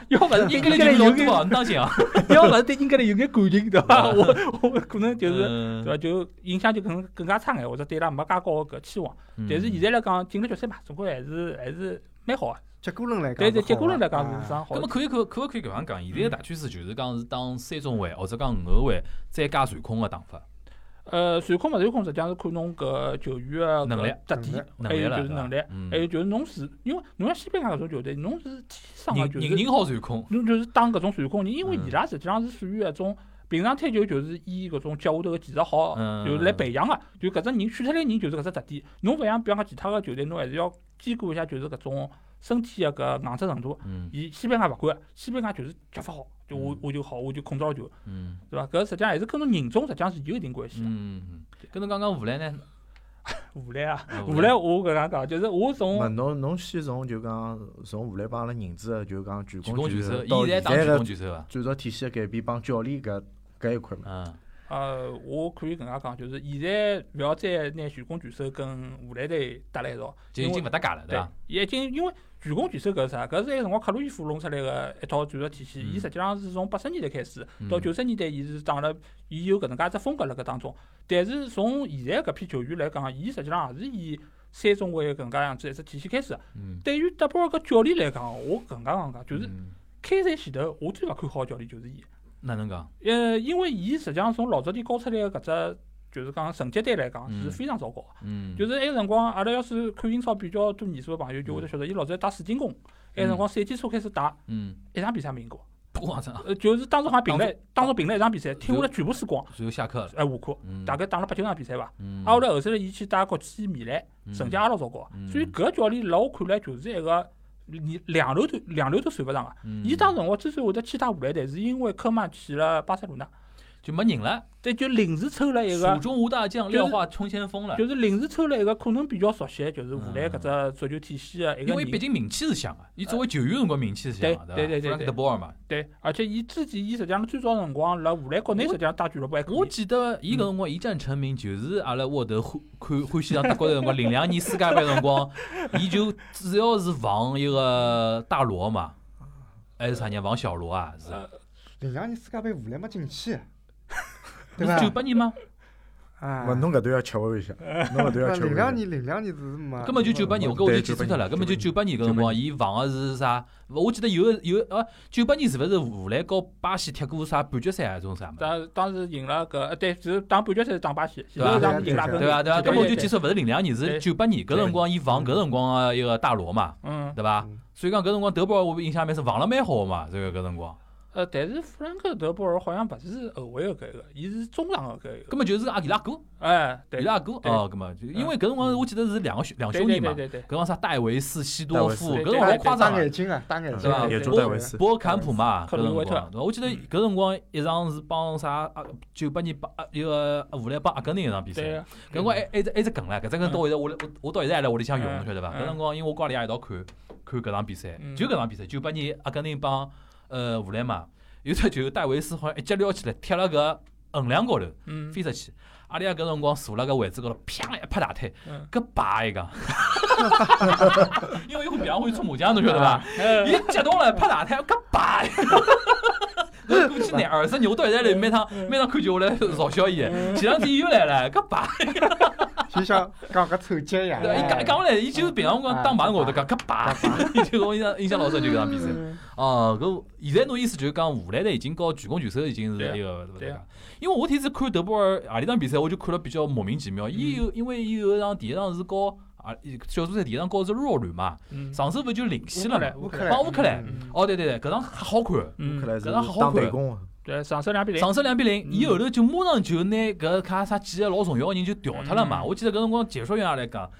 Speaker 1: 要勿是
Speaker 2: 英
Speaker 1: 英格
Speaker 2: 格
Speaker 1: 兰
Speaker 2: 兰
Speaker 1: 有
Speaker 2: 人老多
Speaker 1: 眼，
Speaker 2: 啊，侬当心啊，
Speaker 1: 要勿是对英格兰有眼感情对伐？ 我我可能就是
Speaker 2: 嗯
Speaker 1: 对伐？就影响就可能更加差眼，或者对伊拉没介高个搿期望。
Speaker 2: 嗯
Speaker 1: 但是现在来讲，进了决赛嘛，总归还是还是蛮好个。哎
Speaker 3: 结果论来讲
Speaker 1: 对
Speaker 3: 是好
Speaker 1: 对，
Speaker 3: 啊，
Speaker 1: 结果论来讲
Speaker 3: 啊
Speaker 1: 是啥好
Speaker 2: 咁
Speaker 1: 的
Speaker 2: 么？可以可可勿可以搿样讲？现在个大趋势就是讲是打三中卫或者讲五后卫再加传控个打法。
Speaker 1: 呃，传控勿传控，实际上是看侬搿球员个
Speaker 2: 能力
Speaker 1: 搿特点，
Speaker 2: 能
Speaker 1: 还
Speaker 2: 力
Speaker 1: 有
Speaker 2: 了
Speaker 1: 就是
Speaker 2: 对吧
Speaker 1: 能力，啊
Speaker 2: 嗯
Speaker 1: 还有哎就是侬是，因为侬像西班牙搿种球队，侬是天生个
Speaker 2: 人
Speaker 1: 就
Speaker 2: 人
Speaker 1: 是
Speaker 2: 人好传控，
Speaker 1: 侬就是打搿种传控人，因为
Speaker 2: 嗯
Speaker 1: 伊拉实际上是属于一种平常踢球就是以搿种脚下头个技术好，
Speaker 2: 嗯
Speaker 1: 就是来培养个，就搿只人选出来人就是搿只特点。侬勿像比方讲其他个球队，侬还是要兼顾一下就是搿种身体个搿硬质程度。
Speaker 2: 嗯
Speaker 1: 伊西班牙勿管，西班牙就是脚法好，就我
Speaker 2: 嗯
Speaker 1: 我就好，我就控制好球，
Speaker 2: 嗯
Speaker 1: 对伐？搿实际上还是跟侬人种实际上是有一定关系的。
Speaker 2: 嗯，跟侬讲讲武磊呢？
Speaker 1: 无赖啊！
Speaker 2: 啊
Speaker 1: 无赖，我搿能讲，就是我从
Speaker 4: 勿侬侬先从就讲从武磊帮阿拉认知个就讲全
Speaker 2: 举
Speaker 4: 攻
Speaker 2: 攻
Speaker 4: 全
Speaker 2: 举
Speaker 1: 啊
Speaker 2: 守，
Speaker 4: 守到
Speaker 2: 伊现在
Speaker 4: 现
Speaker 2: 打
Speaker 4: 在
Speaker 2: 举
Speaker 4: 个
Speaker 2: 攻举守伐？
Speaker 4: 战术体系个改变帮教练搿搿一块嘛。
Speaker 2: 嗯
Speaker 1: 呃，我可以搿能介讲，就是现在勿要再拿全攻全守跟荷兰队搭辣一道，
Speaker 2: 就
Speaker 1: 因
Speaker 2: 已
Speaker 1: 为
Speaker 2: 经勿搭界了，
Speaker 1: 对
Speaker 2: 伐？，
Speaker 1: 伊已经因为全攻全守搿是啥？搿是埃辰光克鲁伊夫弄出来个一套战术体系，
Speaker 2: 嗯
Speaker 1: 伊实际上是从八十年代开始
Speaker 2: 嗯
Speaker 1: 到九十年代，伊是打了，伊有搿能介一呃只风格辣搿当中。但是从现在搿批球员来讲，伊实际上也是以三中卫搿能介样子一只体系开始的。
Speaker 2: 嗯，
Speaker 1: 对于德波尔搿教练来讲，我搿能介讲讲，就是
Speaker 2: 嗯
Speaker 1: 开赛前头，我最勿看好个教练就是伊。
Speaker 2: 哪能讲？
Speaker 1: 呃，因为伊实际上从老早点教出来个搿只，就是讲成绩单来讲
Speaker 2: 嗯
Speaker 1: 是非常糟糕的。
Speaker 2: 嗯，
Speaker 1: 就是埃辰光，阿拉要是看英超比较多年数个朋友，就会得晓得伊老早打水晶宫，埃辰光赛季初开始打，
Speaker 2: 嗯，
Speaker 1: 一场比赛没赢过。
Speaker 2: 不往上，然
Speaker 1: 呃，就是当时好像平了，当
Speaker 2: 当
Speaker 1: 时平了一场比赛，踢下来全部输光，
Speaker 2: 后下课了。
Speaker 1: 哎，下课，
Speaker 2: 嗯，
Speaker 1: 大概打了八九场比赛吧。
Speaker 2: 嗯，
Speaker 1: 啊，后来后头来伊去打国际米兰，
Speaker 2: 嗯
Speaker 1: 成绩也老糟糕
Speaker 2: 嗯。
Speaker 1: 所以搿教练辣我看来就是一个你两流都两流都算勿上个。啊
Speaker 2: 嗯
Speaker 1: 伊当时辰光之所以会得去打荷兰队，是因为科曼去了巴塞罗那，
Speaker 2: 就没人了，
Speaker 1: 对，就临时抽了一个
Speaker 2: 蜀中无大将，
Speaker 1: 就是
Speaker 2: 廖化冲先锋了。
Speaker 1: 就是临时抽了一个可能比较熟悉，就是荷兰搿只足球体系的一个
Speaker 2: 嗯因为
Speaker 1: 人
Speaker 2: 毕竟名气是响的，伊作为球员辰光名气是响的，
Speaker 1: 对对对对对
Speaker 2: 德波尔嘛。
Speaker 1: 对，而且伊自己伊实际上最早辰光辣荷兰国内实际上打俱乐部还可
Speaker 2: 我
Speaker 1: 以，
Speaker 2: 记得伊搿辰光一战成名，就是阿拉沃德欢看欢喜上德国的辰光，零两年世界杯辰光，伊就主要是防一个大罗嘛，还是啥人防小罗啊？是
Speaker 1: 呃
Speaker 3: 零两年世界杯荷兰没 进去，
Speaker 2: 不是
Speaker 3: 对伐？
Speaker 2: 九八年吗？
Speaker 3: 啊，
Speaker 4: 勿侬搿段要切回一下，侬搿段要
Speaker 3: 啊
Speaker 4: 切回
Speaker 3: 零
Speaker 4: 一
Speaker 3: 两
Speaker 4: 下。
Speaker 3: 年零两年是没，
Speaker 2: 根本就啊
Speaker 3: 没
Speaker 2: 九八年，我
Speaker 4: 嗯
Speaker 2: 跟我就
Speaker 4: 对
Speaker 2: 记
Speaker 4: 98
Speaker 2: 错脱了，
Speaker 4: 年
Speaker 2: 根本就九八年搿辰光，伊防个是啥？我记得有有啊，九八年是勿是荷兰和巴西踢过啥半决赛啊？种啥嘛？
Speaker 1: 当当时赢了搿呃对，就是打半决赛是打巴西，
Speaker 2: 对
Speaker 1: 前
Speaker 2: 吧
Speaker 1: 头场赢大
Speaker 3: 对
Speaker 1: 分，
Speaker 2: 对伐？啊对
Speaker 1: 对
Speaker 2: 伐？根本就
Speaker 1: 对
Speaker 2: 记错，勿是零两年，是
Speaker 1: 对
Speaker 2: 九八年搿辰光，伊防搿辰光个一个大罗嘛，
Speaker 1: 嗯，
Speaker 2: 对伐
Speaker 3: 嗯？
Speaker 2: 所以讲搿辰光德保尔我印象蛮深，防了蛮好个嘛，这个搿辰光。
Speaker 1: 呃，但是弗兰克德波尔好像勿是后卫个搿一个，伊是中场个搿一个，
Speaker 2: 根本就是阿伊拉哥，
Speaker 1: 哎，对
Speaker 2: 伊，拉哥
Speaker 1: 对
Speaker 2: 哦，搿么就因为搿辰光我记得是两个兄两
Speaker 1: 对
Speaker 2: 兄
Speaker 1: 对
Speaker 2: 弟嘛
Speaker 1: 对，对对，
Speaker 2: 搿辰光啥戴维斯、西
Speaker 4: 戴
Speaker 2: 多
Speaker 4: 维斯
Speaker 2: 夫，
Speaker 1: 对对
Speaker 2: 搿辰光
Speaker 1: 对
Speaker 2: 老夸张
Speaker 3: 戴
Speaker 2: 了
Speaker 3: 眼。镜啊，戴眼镜
Speaker 1: 对吧
Speaker 3: 啊，
Speaker 4: 也
Speaker 1: 对
Speaker 4: 就戴维斯，
Speaker 2: 博尔坎普嘛，搿
Speaker 1: 克鲁伊
Speaker 2: 辰
Speaker 1: 维特
Speaker 2: 光，对伐我记得搿辰光一场是帮啥啊九八年帮啊一个荷兰帮阿根廷一场比赛，
Speaker 1: 对啊，
Speaker 2: 搿辰光还还只还只梗唻，搿只梗到现在我来我我到现在还辣屋里向用，
Speaker 1: 嗯
Speaker 2: 侬晓得伐？
Speaker 1: 嗯
Speaker 2: 搿辰光因为我跟阿拉爷一道看看搿场比赛，
Speaker 1: 嗯
Speaker 2: 就搿场比赛九八年阿根廷啊帮呃荷兰嘛，有只球戴维斯好像一脚撩起来踢了搿横梁高头
Speaker 1: 嗯，
Speaker 2: 飞出去，阿拉爷搿辰光坐辣搿位置高头，啪一拍大腿，
Speaker 1: 嗯
Speaker 2: 搿把 一个，因为伊会比方会搓麻将，侬晓得伐？
Speaker 1: 呃
Speaker 2: 伊激动了，拍大腿，搿摆。 我估计廿二十牛到现在里每趟
Speaker 1: 嗯
Speaker 2: 每趟看球我来嘲笑伊，前两天伊又来了，搿摆，
Speaker 3: 啊就像讲个丑角一样哎
Speaker 2: 对。伐？伊讲讲勿来，伊哎啊就是平常辰光打麻将我都讲搿摆， 伊就我印象印象老深就搿场比赛。
Speaker 3: 嗯
Speaker 2: 哦，搿现在侬意思就是讲荷兰队已经和全攻全守已经是
Speaker 1: 对啊
Speaker 2: 一个勿
Speaker 1: 对
Speaker 2: 对
Speaker 1: 啊
Speaker 2: 个，因为我天次看德波尔阿里场比赛，我就看了比较莫名其妙，伊
Speaker 1: 嗯
Speaker 2: 有因为伊有一场第一场是和啊小组赛第一场和是弱旅嘛，
Speaker 1: 嗯，
Speaker 2: 上手勿就领先了嘛，
Speaker 1: 乌克
Speaker 3: 克兰
Speaker 2: 帮乌克兰。
Speaker 1: 嗯
Speaker 2: 哦，对对对，搿场好看。
Speaker 1: 嗯
Speaker 4: 看，来是
Speaker 2: 搿个好
Speaker 4: 打
Speaker 2: 看
Speaker 4: 对攻啊。
Speaker 1: 对，上手两比零，
Speaker 2: 上手两比零，
Speaker 1: 嗯
Speaker 2: 伊后头就马上就拿搿卡啥几个老重要个人就调脱了嘛。
Speaker 1: 嗯
Speaker 2: 我记得搿辰光解说员也来讲，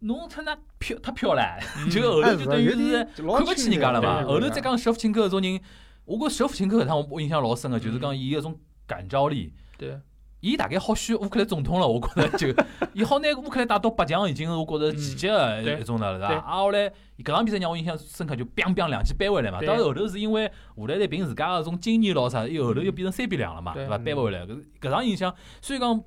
Speaker 2: 侬他那飘太飘了，
Speaker 1: 嗯
Speaker 2: 就后头就
Speaker 3: 哎
Speaker 2: 等于是看
Speaker 3: 看
Speaker 2: 勿起人家了嘛。
Speaker 1: 对
Speaker 2: 后头再讲舍甫琴科搿种人，我觉舍甫琴科搿趟我我印象老
Speaker 1: 嗯
Speaker 2: 深个，啊就是讲伊搿种感召力。
Speaker 1: 对，
Speaker 2: 伊大概好选乌克兰总统了，我觉着 就，伊好拿乌克兰打到八强，已经是我觉着奇迹个
Speaker 1: 嗯对
Speaker 2: 一种了，是伐？
Speaker 1: 对
Speaker 2: 啊，后来搿场比赛让我印象深刻，就 biang biang 两记扳回来嘛。
Speaker 1: 对
Speaker 2: 到后头是因为荷兰队凭自家搿种经验咯啥，啊伊后头又变成三比两了嘛，
Speaker 1: 对
Speaker 2: 对伐？扳回来，搿搿场印象虽然讲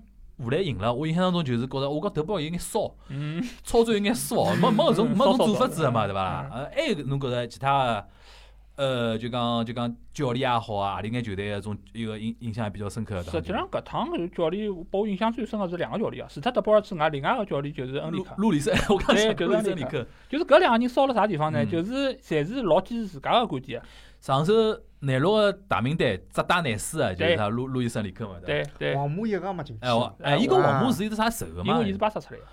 Speaker 2: 荷兰赢了，我印象当中就是觉着我讲德国有眼骚，
Speaker 1: 嗯，
Speaker 2: 操作有眼骚， 没没搿种没搿种做法子个嘛，对伐
Speaker 1: 嗯？
Speaker 2: 呃，还有侬觉着其他个？呃，就讲就讲教练也好啊，何里眼球队个种一个印印象比较深刻的。
Speaker 1: 实际上搿趟就教练拨我印象最深个是两个教练啊，除脱德波尔之外，另外一个教练就是恩里
Speaker 2: 路
Speaker 1: 克。
Speaker 2: 路里斯， 我刚
Speaker 1: 对
Speaker 2: 才
Speaker 1: 就是
Speaker 2: 路里斯
Speaker 1: 恩里
Speaker 2: 里克，
Speaker 1: 就是搿两个人烧了啥地方呢？
Speaker 2: 嗯
Speaker 1: 就是侪是老坚持自家个观点的，
Speaker 2: 上首南陆个大名单只打难输个，啊就是
Speaker 1: 对
Speaker 2: 啥路路易斯里克嘛，吧
Speaker 1: 对对，
Speaker 3: 黄马一个没进去，
Speaker 2: 哎我哎，伊跟黄马是有只啥仇个嘛？
Speaker 1: 因为伊是巴萨出来的，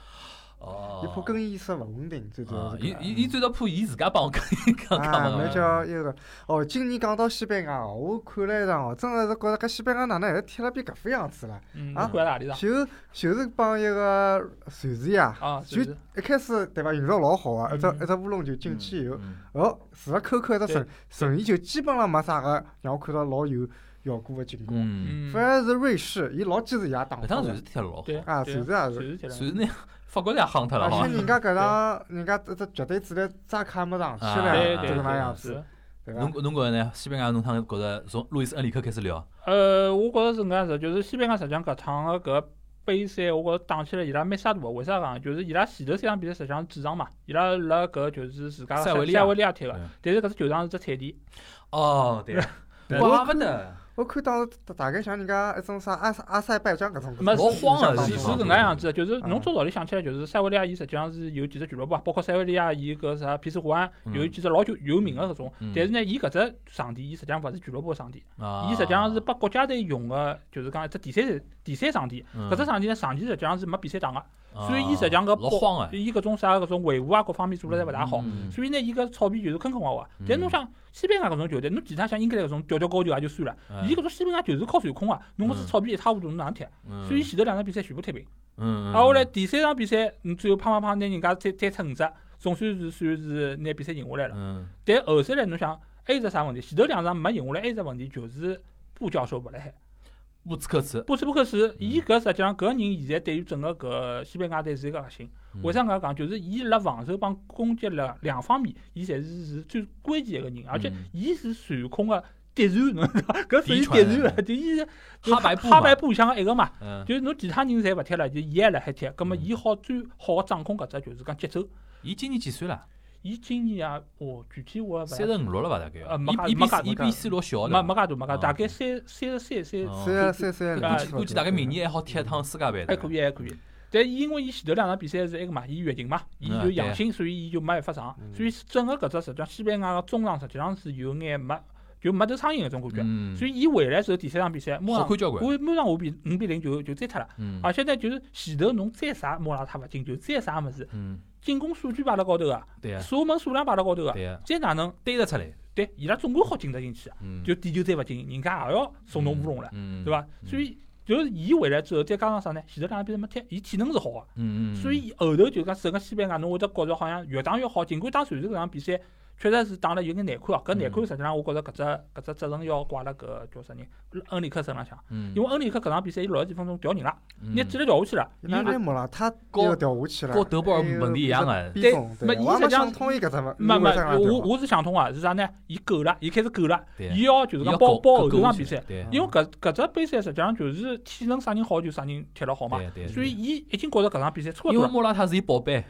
Speaker 2: 哦，
Speaker 3: 伊怕更衣室勿稳定，最主要
Speaker 2: 啊
Speaker 3: 是搿
Speaker 2: 伊
Speaker 3: 个。嗯
Speaker 2: 伊伊最早怕伊自家 帮我讲 讲讲
Speaker 3: 啊，
Speaker 2: 嘛
Speaker 3: 那。叫一个哦。今年讲到西班牙，我看了一场哦，真的是觉着搿西班牙哪能会得踢了变搿副样子了？
Speaker 1: 嗯，
Speaker 3: 啊
Speaker 1: 管哪里上
Speaker 3: 就就是帮一个瑞士呀，
Speaker 1: 啊？
Speaker 3: 就是一开始对伐运道老好啊，一只
Speaker 1: 嗯
Speaker 3: 一只乌龙球进去以后，
Speaker 2: 嗯
Speaker 3: 哦，除了扣扣一只
Speaker 1: 对
Speaker 3: 神神意球，基本上没啥个让我看到老有效果个进攻。
Speaker 2: 嗯，
Speaker 1: 嗯，
Speaker 3: 反而是瑞士，伊老坚持伊也打
Speaker 2: 搿
Speaker 3: 勿
Speaker 2: 趟
Speaker 3: 好
Speaker 2: 全
Speaker 3: 了
Speaker 2: 是踢了老好，
Speaker 1: 对
Speaker 3: 啊，
Speaker 1: 对
Speaker 3: 瑞士也是。
Speaker 1: 就是这样
Speaker 2: 算是那样法国人也夯脱了
Speaker 3: 而
Speaker 2: 好
Speaker 3: 且
Speaker 2: 伐？
Speaker 3: 人家搿场，人家这这绝对主力扎卡没上去
Speaker 1: 对
Speaker 3: 了，
Speaker 1: 啊对
Speaker 3: 就搿能
Speaker 1: 对
Speaker 3: 样
Speaker 1: 是
Speaker 3: 子，对伐
Speaker 2: 侬？侬觉着呢？西班牙侬趟觉着从路易斯恩里克开始聊，
Speaker 1: 呃，我觉着是搿样子，就是西班牙实际上搿趟个搿个杯赛，我觉着打起来伊拉蛮杀大个。为啥讲？就是伊拉前头三场比赛实际上是主场嘛，伊拉辣搿就是自家
Speaker 2: 塞维利亚
Speaker 1: 亚维利亚踢个
Speaker 2: 嗯，
Speaker 1: 但是搿只球场是只菜地，
Speaker 2: 哦，对，
Speaker 3: 对
Speaker 2: 怪不得，
Speaker 3: 我看当时大大概像人家一种啥阿塞阿塞拜疆搿种，
Speaker 1: 没
Speaker 4: 哦
Speaker 2: 老慌啊
Speaker 1: 是
Speaker 2: 是
Speaker 1: 是
Speaker 2: 吧
Speaker 1: 搿能样子的。就是
Speaker 3: 嗯
Speaker 1: 侬从道理想起来，就是塞维利亚伊实际上是有几只俱乐部啊，包括塞维利亚伊搿啥皮斯胡安
Speaker 2: 嗯
Speaker 1: 有几只老有有名个搿种
Speaker 2: 嗯，
Speaker 1: 但是呢，伊搿只场地伊实际上勿是俱乐部个场地，
Speaker 2: 啊，
Speaker 1: 伊实际上是拨国家队用个，就是讲一只第三第三场地。
Speaker 2: 嗯
Speaker 1: 搿只场地呢，长期实际上是没比赛打个。
Speaker 2: 啊
Speaker 1: 所以伊实际上搿
Speaker 2: 老
Speaker 1: 包
Speaker 2: 慌啊个，
Speaker 1: 伊搿种啥搿种维护啊各方面做了侪勿大好，
Speaker 2: 哎嗯
Speaker 1: 所以呢，伊搿草皮就是坑坑洼洼。但侬想西班牙搿种球队，侬其他像英格兰搿种吊吊高球也就算了，
Speaker 2: 哎
Speaker 1: 伊搿种西班牙就是靠传控啊，侬搿
Speaker 2: 嗯
Speaker 1: 是草皮一塌糊涂，侬哪能踢？
Speaker 2: 嗯
Speaker 1: 所以前头两场比赛全部踢平，
Speaker 2: 嗯，
Speaker 1: 啊，后来
Speaker 2: 嗯
Speaker 1: 第三场比赛，侬最后啪啪啪拿人家再再出五只，总算是算是拿比赛赢下来了。
Speaker 2: 嗯
Speaker 1: 但后头来侬想还有只啥问题？前头两场没赢下来，还有只问题就是布教授勿辣海。
Speaker 2: 布茨克茨，
Speaker 1: 布斯布克
Speaker 2: 嗯
Speaker 1: 斯，伊搿实际上搿人现在对于整个搿西班牙队是一个核心。
Speaker 2: 嗯
Speaker 1: 为啥搿样讲？就是伊辣防守帮攻击两两方面，伊侪是是最关键一个人，而且
Speaker 2: 嗯
Speaker 1: 伊是传控个敌传，侬知道伐？搿属于
Speaker 2: 嫡传
Speaker 1: 敌
Speaker 2: 的
Speaker 1: 传，就伊是
Speaker 2: 哈白布嘛
Speaker 1: 哈白布里向个一个嘛。
Speaker 2: 嗯，
Speaker 1: 就是侬其他人侪勿踢了，就伊还辣海踢，葛末
Speaker 2: 嗯
Speaker 1: 伊好最好个掌控搿只就是讲节奏。
Speaker 2: 伊今年几岁了？
Speaker 1: 伊今年啊，哦，具体我也勿
Speaker 2: 三十五六了吧？大概要，
Speaker 1: 呃没
Speaker 2: 伊
Speaker 1: 介
Speaker 2: 伊
Speaker 1: 没介
Speaker 2: 比伊
Speaker 1: 没
Speaker 2: 比 C 罗小
Speaker 1: 没
Speaker 2: 的，
Speaker 1: 没介大没介大，
Speaker 2: 啊
Speaker 1: 大概三三十三三
Speaker 2: 哦
Speaker 3: 三三三
Speaker 2: 估
Speaker 1: 啊
Speaker 2: 计估计大概明年还好踢一趟世界杯的，
Speaker 1: 还可以，还可以。但伊因为伊前头两场比赛是埃个嘛，伊月经嘛，伊
Speaker 2: 嗯
Speaker 1: 就
Speaker 2: 对嗯
Speaker 1: 阳性，所以伊就没办法上。所以整个搿只实际上西班牙个中场实际上是有眼没，就没得苍蝇搿种感觉。
Speaker 2: 嗯，
Speaker 1: 所以伊回来之后第三场比赛，马
Speaker 2: 好
Speaker 1: 上
Speaker 2: 看交关，
Speaker 1: 我马上五比五比零就就追脱了。
Speaker 2: 嗯
Speaker 1: 而且呢，就是前头侬再啥莫拉塔勿进球，再啥物事，
Speaker 2: 嗯，
Speaker 1: 进攻数据摆辣高头啊个，
Speaker 2: 对呀啊
Speaker 1: 射门数量摆辣高头个，
Speaker 2: 对呀，
Speaker 1: 再哪能
Speaker 2: 对得出来，
Speaker 1: 对伊拉总归好进得进去啊？
Speaker 2: 嗯，
Speaker 1: 就点球再勿进，人家也要送侬乌龙了，
Speaker 2: 嗯，
Speaker 1: 对伐？所以就是伊回来之后，再加上啥呢？前头两场比赛没踢，伊体能是好个。
Speaker 2: 嗯，嗯嗯，
Speaker 1: 所以后头就讲整个西班牙，侬会得觉着好像越打越好。尽管打瑞士搿场比赛，确实是打了有眼难看哦。搿
Speaker 2: 嗯
Speaker 1: 难看实际上我觉着搿只搿只责任要怪辣搿叫啥人恩里克身浪向，
Speaker 2: 嗯，
Speaker 1: 因为恩里克搿场比赛伊六十几分钟调人了，拿
Speaker 2: 嗯
Speaker 1: 主力调下去了，
Speaker 3: 伊拉
Speaker 1: 伊
Speaker 3: 那莫拉他
Speaker 2: 高
Speaker 3: 又掉下去了，
Speaker 2: 和德布尔
Speaker 3: 还有
Speaker 2: 问题一样啊
Speaker 3: 个
Speaker 2: 的
Speaker 3: 比
Speaker 1: 对
Speaker 3: 重，
Speaker 1: 没
Speaker 3: 对，
Speaker 1: 伊
Speaker 3: 我还
Speaker 1: 实
Speaker 3: 没
Speaker 1: 际上
Speaker 3: 想通伊搿只问，
Speaker 1: 没没
Speaker 3: 为啥，
Speaker 1: 我
Speaker 3: 搿
Speaker 1: 我是想通啊，是啥呢？伊够了，伊开始够了，
Speaker 2: 对
Speaker 1: 伊要就是讲
Speaker 2: 要
Speaker 1: 包
Speaker 2: 搞
Speaker 1: 包
Speaker 2: 搞
Speaker 1: 后头
Speaker 2: 过
Speaker 1: 场
Speaker 2: 去
Speaker 1: 比赛，
Speaker 2: 对
Speaker 1: 因为搿搿只杯赛实际上就是体能啥人好就啥人踢了好嘛
Speaker 2: 对，对，
Speaker 1: 所以伊已经觉着搿场比赛差勿
Speaker 2: 因
Speaker 1: 多
Speaker 2: 为
Speaker 1: 了。
Speaker 2: 莫拉塔是伊宝贝，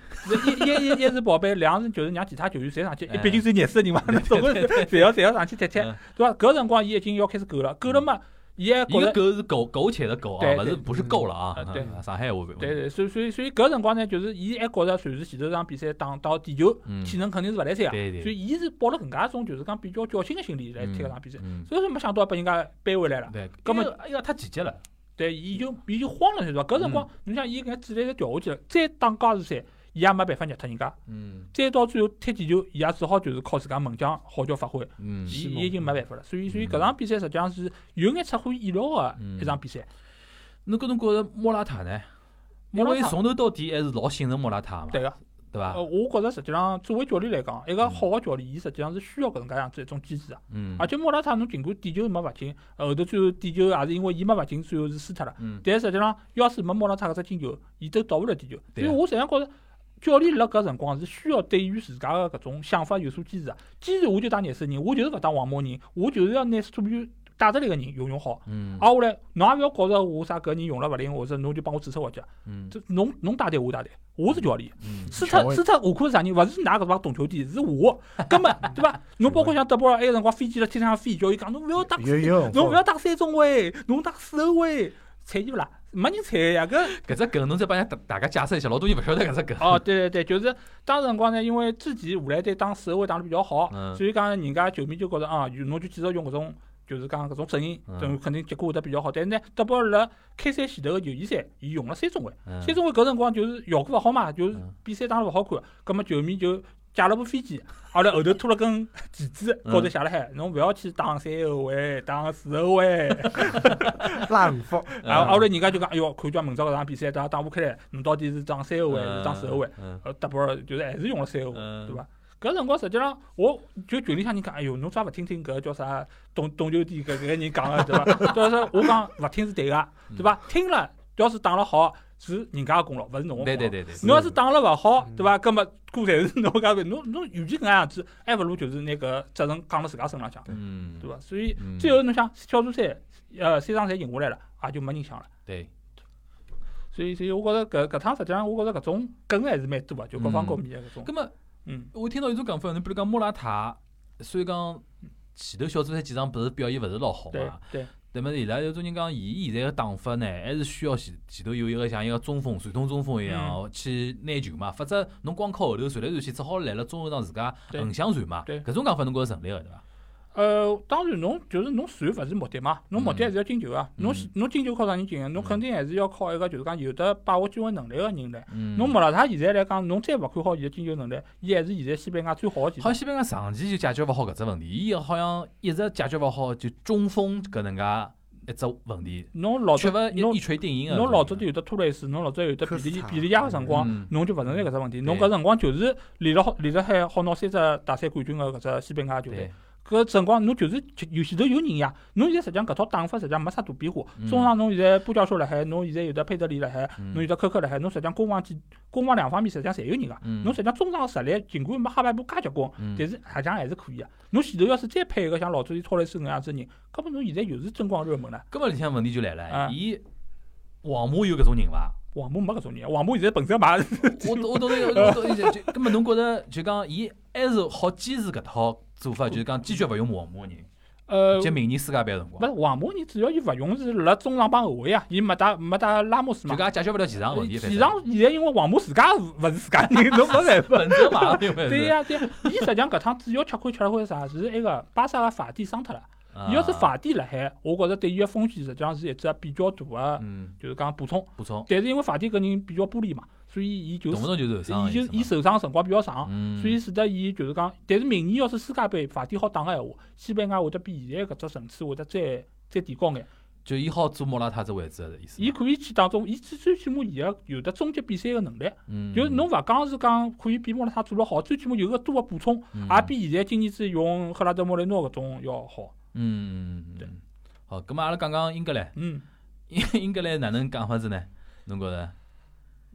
Speaker 1: 一一一一是宝贝，两是就是让其他球员侪上去，
Speaker 2: 哎
Speaker 1: 毕竟是热刺人嘛，总归是 侪要侪要上去踢踢，
Speaker 2: 嗯
Speaker 1: 对伐？搿辰光伊已经要开始够了，够了嘛，伊还
Speaker 2: 一
Speaker 1: 觉
Speaker 2: 个
Speaker 1: 着。
Speaker 2: 狗是苟苟且的苟啊，
Speaker 1: 对
Speaker 2: 不是
Speaker 1: 对
Speaker 2: 不是够了啊
Speaker 1: 嗯，对
Speaker 2: 嗯上海话不
Speaker 1: 对，对，所以所以所以搿辰光呢，就是伊还觉着随时前头场比赛打到点球，
Speaker 2: 嗯，
Speaker 1: 体能肯定是勿来三个，
Speaker 2: 对对
Speaker 1: 啊所以伊是抱了搿能介一种就是讲比较侥幸个心理来踢搿场比赛，
Speaker 2: 嗯，
Speaker 1: 所以说没想到被人家扳回来了
Speaker 2: 嗯。对，
Speaker 1: 根本
Speaker 2: 因为哎呀太积极了，
Speaker 1: 对，伊就伊就慌了，对伐？搿辰光侬
Speaker 2: 嗯
Speaker 1: 想伊搿主力侪调下去了，再打加时赛，伊也没办法热脱人家，
Speaker 2: 嗯
Speaker 1: 再到最后踢几球，伊也只好就是靠自家门将好叫发挥。
Speaker 2: 嗯
Speaker 1: 伊伊已经没办法了，所以所以
Speaker 2: 嗯
Speaker 1: 搿场比赛实际上是有眼出乎意料个
Speaker 2: 嗯
Speaker 1: 一场比赛。
Speaker 2: 侬搿侬觉着莫拉塔呢？因
Speaker 1: 莫拉
Speaker 2: 为
Speaker 1: 塔
Speaker 2: 从头啊到底还是老信任莫拉塔嘛，
Speaker 1: 对个，
Speaker 2: 对伐
Speaker 1: 呃，？我觉着实际上作为教练来讲，一个好个教练，伊实际上是需要搿能介样子一种机制个。啊
Speaker 2: 嗯，
Speaker 1: 而且莫拉塔侬尽管点球没罚进，后头最后点球也是因为伊没罚进，最后是输脱了。
Speaker 2: 嗯
Speaker 1: 但实际上，要是没莫拉塔搿只进球，伊都到勿了点球。所
Speaker 2: 对
Speaker 1: 以
Speaker 2: 啊
Speaker 1: 我实际上觉着。教练辣搿辰光是需要对于自家个搿种想法有所坚持个。既啊然我就打热刺人，我就是勿打黄毛人，我就是要拿所有带得来个人用用好。
Speaker 2: 嗯
Speaker 1: 挨下来，侬也勿要觉着我啥搿人用了勿灵，或者侬就帮我指出回去。
Speaker 2: 嗯
Speaker 1: 这侬侬带队我带队，我是教练。
Speaker 2: 嗯
Speaker 1: 斯
Speaker 4: 权
Speaker 1: 特
Speaker 4: 威
Speaker 1: 斯特，我看是啥人？勿是㑚搿帮懂球帝，是我。根本对伐？侬包括像德布尔埃个辰光飞机辣天上飞，叫伊讲侬勿要打，
Speaker 4: 有有，
Speaker 1: 侬勿要打三中卫，侬打四后卫，睬伊勿啦？没人睬呀，搿
Speaker 2: 搿只梗侬再帮人家大大家解释一下，老多人勿晓得搿只梗。
Speaker 1: 哦，对对对，就是当时辰光呢，因为之前荷兰队打世卫打得比较好，
Speaker 2: 嗯
Speaker 1: 所以讲人家球迷就觉着啊，有侬就继续用搿种，就是讲搿种阵型，
Speaker 2: 嗯
Speaker 1: 等肯定结果会得比较好。但是呢，德保辣开赛前头个友谊赛，伊用了三中卫，
Speaker 2: 嗯
Speaker 1: 三中卫搿辰光就是效果勿好嘛，就是
Speaker 2: 嗯
Speaker 1: 比赛打得勿好看，葛末球迷就。借了部飞机， 后来后头拖了根旗子，高
Speaker 2: 嗯
Speaker 1: 头写了海，侬勿要去打三后卫，打四后卫。
Speaker 3: 拉五福，
Speaker 2: 嗯
Speaker 1: 啊，后来人家就讲，哎哟，看叫明朝搿场比赛打打乌克兰，侬到底是打三后卫还是打四后卫？
Speaker 2: 嗯
Speaker 1: 呃，德布尔就是还是用了三后卫。
Speaker 2: 嗯，
Speaker 1: 对伐搿辰光实际上，我就群里向人讲，哎哟，侬咋勿听听搿叫啥懂懂球帝搿搿个人讲个对伐？ 但是我讲勿听是对个，
Speaker 2: 嗯
Speaker 1: 对伐？听了要是打了好，是人家个功劳，勿是侬个功劳。
Speaker 2: 对对对对，
Speaker 1: 侬要是打了勿好，
Speaker 3: 嗯
Speaker 1: 对伐？搿么锅侪是侬家饭，侬侬与其搿能样子，还勿如就是拿搿责任讲到自家身浪向，
Speaker 2: 嗯，
Speaker 1: 对伐？所以
Speaker 2: 嗯
Speaker 1: 最后侬想小组赛，呃，三场侪赢下来了，也就没人想了。
Speaker 2: 对，
Speaker 1: 所以，所以我觉着搿搿趟实际上，我觉着搿种梗还是蛮多啊个，就各方各面个搿种
Speaker 2: 葛。末
Speaker 1: 嗯，
Speaker 2: 我听到有种讲法，侬比如讲莫拉塔，虽然讲前头小组赛几场不是表现勿是老好啊
Speaker 1: 对
Speaker 2: 嘛，
Speaker 1: 对，
Speaker 2: 那么伊拉有种人讲，伊现在个打法呢，还是需要前前头有一个像一个中锋，传统中锋一
Speaker 1: 嗯
Speaker 2: 样去拿球嘛，否则侬光靠后头传来传去，只好来了中后场自家
Speaker 1: 对
Speaker 2: 横向传嘛，
Speaker 1: 对
Speaker 2: 搿种讲法侬觉着成立个对伐？
Speaker 1: 呃，当然，侬就是侬传勿是目的嘛，侬目的还是要进球啊。
Speaker 2: 嗯
Speaker 1: 侬是侬进球靠啥人进啊？侬肯定还是要靠一个就是讲有得把握机会能力个人来。
Speaker 2: 嗯，
Speaker 1: 侬莫拉塔现在来讲，侬再勿看好伊个进球能力，伊还是现在西班牙最好个前
Speaker 2: 好
Speaker 1: 锋
Speaker 2: 像。西班牙长期就解决勿好搿只问题，伊好像一直解决勿好就中锋搿能介一只问题，
Speaker 1: 侬老
Speaker 2: 缺
Speaker 1: 早
Speaker 2: 乏
Speaker 1: 侬
Speaker 2: 一一锤定音个。
Speaker 1: 侬老早就有得托雷斯，侬老早有得比利
Speaker 3: 科斯塔
Speaker 1: 比利亚个辰光
Speaker 2: 嗯，
Speaker 1: 侬就勿存在搿只问题。侬
Speaker 2: 对
Speaker 1: 搿辰光就是连了好连了海好拿三只大赛冠军个搿只西班牙球队。
Speaker 2: 对，
Speaker 1: 搿辰光侬就是就有前头有人呀，侬现在实际上搿套打法实际上没啥大变化。中场侬现在布教授辣海，侬现在有得佩德里辣海，
Speaker 2: 嗯
Speaker 1: 侬有得科科辣海，侬实际上攻防几攻防两方面实际上侪有人个。
Speaker 2: 嗯
Speaker 1: 侬实际上中场实力尽管没哈巴布介结棍，
Speaker 2: 嗯
Speaker 1: 但是实际上还是可以个。侬前头要是再配一个像老早伊托雷斯搿样子人，搿么侬现在又是争光热门了。
Speaker 2: 搿么里向问题就来了，
Speaker 1: 啊
Speaker 2: 伊皇马有搿种人伐？
Speaker 1: 黄马没搿种人，啊黄马现在本身嘛，
Speaker 2: 我我懂得，我懂得，就搿么侬觉着就讲伊还是好坚持搿套做法，就是讲坚决勿用皇马人，
Speaker 1: 呃，
Speaker 2: 就明年世界杯个辰
Speaker 1: 勿
Speaker 2: 光，
Speaker 1: 是黄马人主要伊勿用是辣中场帮后卫呀，伊没带没带拉莫斯
Speaker 2: 就
Speaker 1: 嘛。
Speaker 2: 讲解决勿了前场问题。
Speaker 1: 前呃场现在因为黄马自家勿是自家人， 侬没办法。
Speaker 2: 本身嘛，对
Speaker 1: 对呀、对呀、伊实际上搿趟主要吃亏吃了亏是啥？是埃个巴萨个法蒂伤脱了。
Speaker 2: 啊
Speaker 1: 伊要是法蒂辣海，我觉着对伊个风险实际上是一只比较大个，
Speaker 2: 嗯
Speaker 1: 就是讲补充。
Speaker 2: 补充，
Speaker 1: 但是因为法蒂搿人比较玻璃嘛，所以伊就
Speaker 2: 动不动就受伤，
Speaker 1: 伊就伊受伤辰光比较长，
Speaker 2: 嗯，
Speaker 1: 所以使得伊就是讲，但是明年要是世界杯法蒂好打个闲话，西班牙会得比现在搿只层次会得再再提高
Speaker 2: 啊
Speaker 1: 眼。
Speaker 2: 就伊好做莫拉塔这位置的意思。
Speaker 1: 伊可以去当中，伊最最起码伊个有得终结比赛个能力。
Speaker 2: 嗯
Speaker 1: 就是侬勿讲是讲可以比莫拉塔做了好，最起码有个多个补充，
Speaker 2: 嗯
Speaker 1: 也比现在今年子用赫拉德莫雷诺搿种要好。
Speaker 2: 嗯，
Speaker 1: 对
Speaker 2: 嗯。好，咁嘛，阿拉讲讲英格兰，
Speaker 1: 嗯，
Speaker 2: 英 英格兰哪能讲法子呢？侬觉着？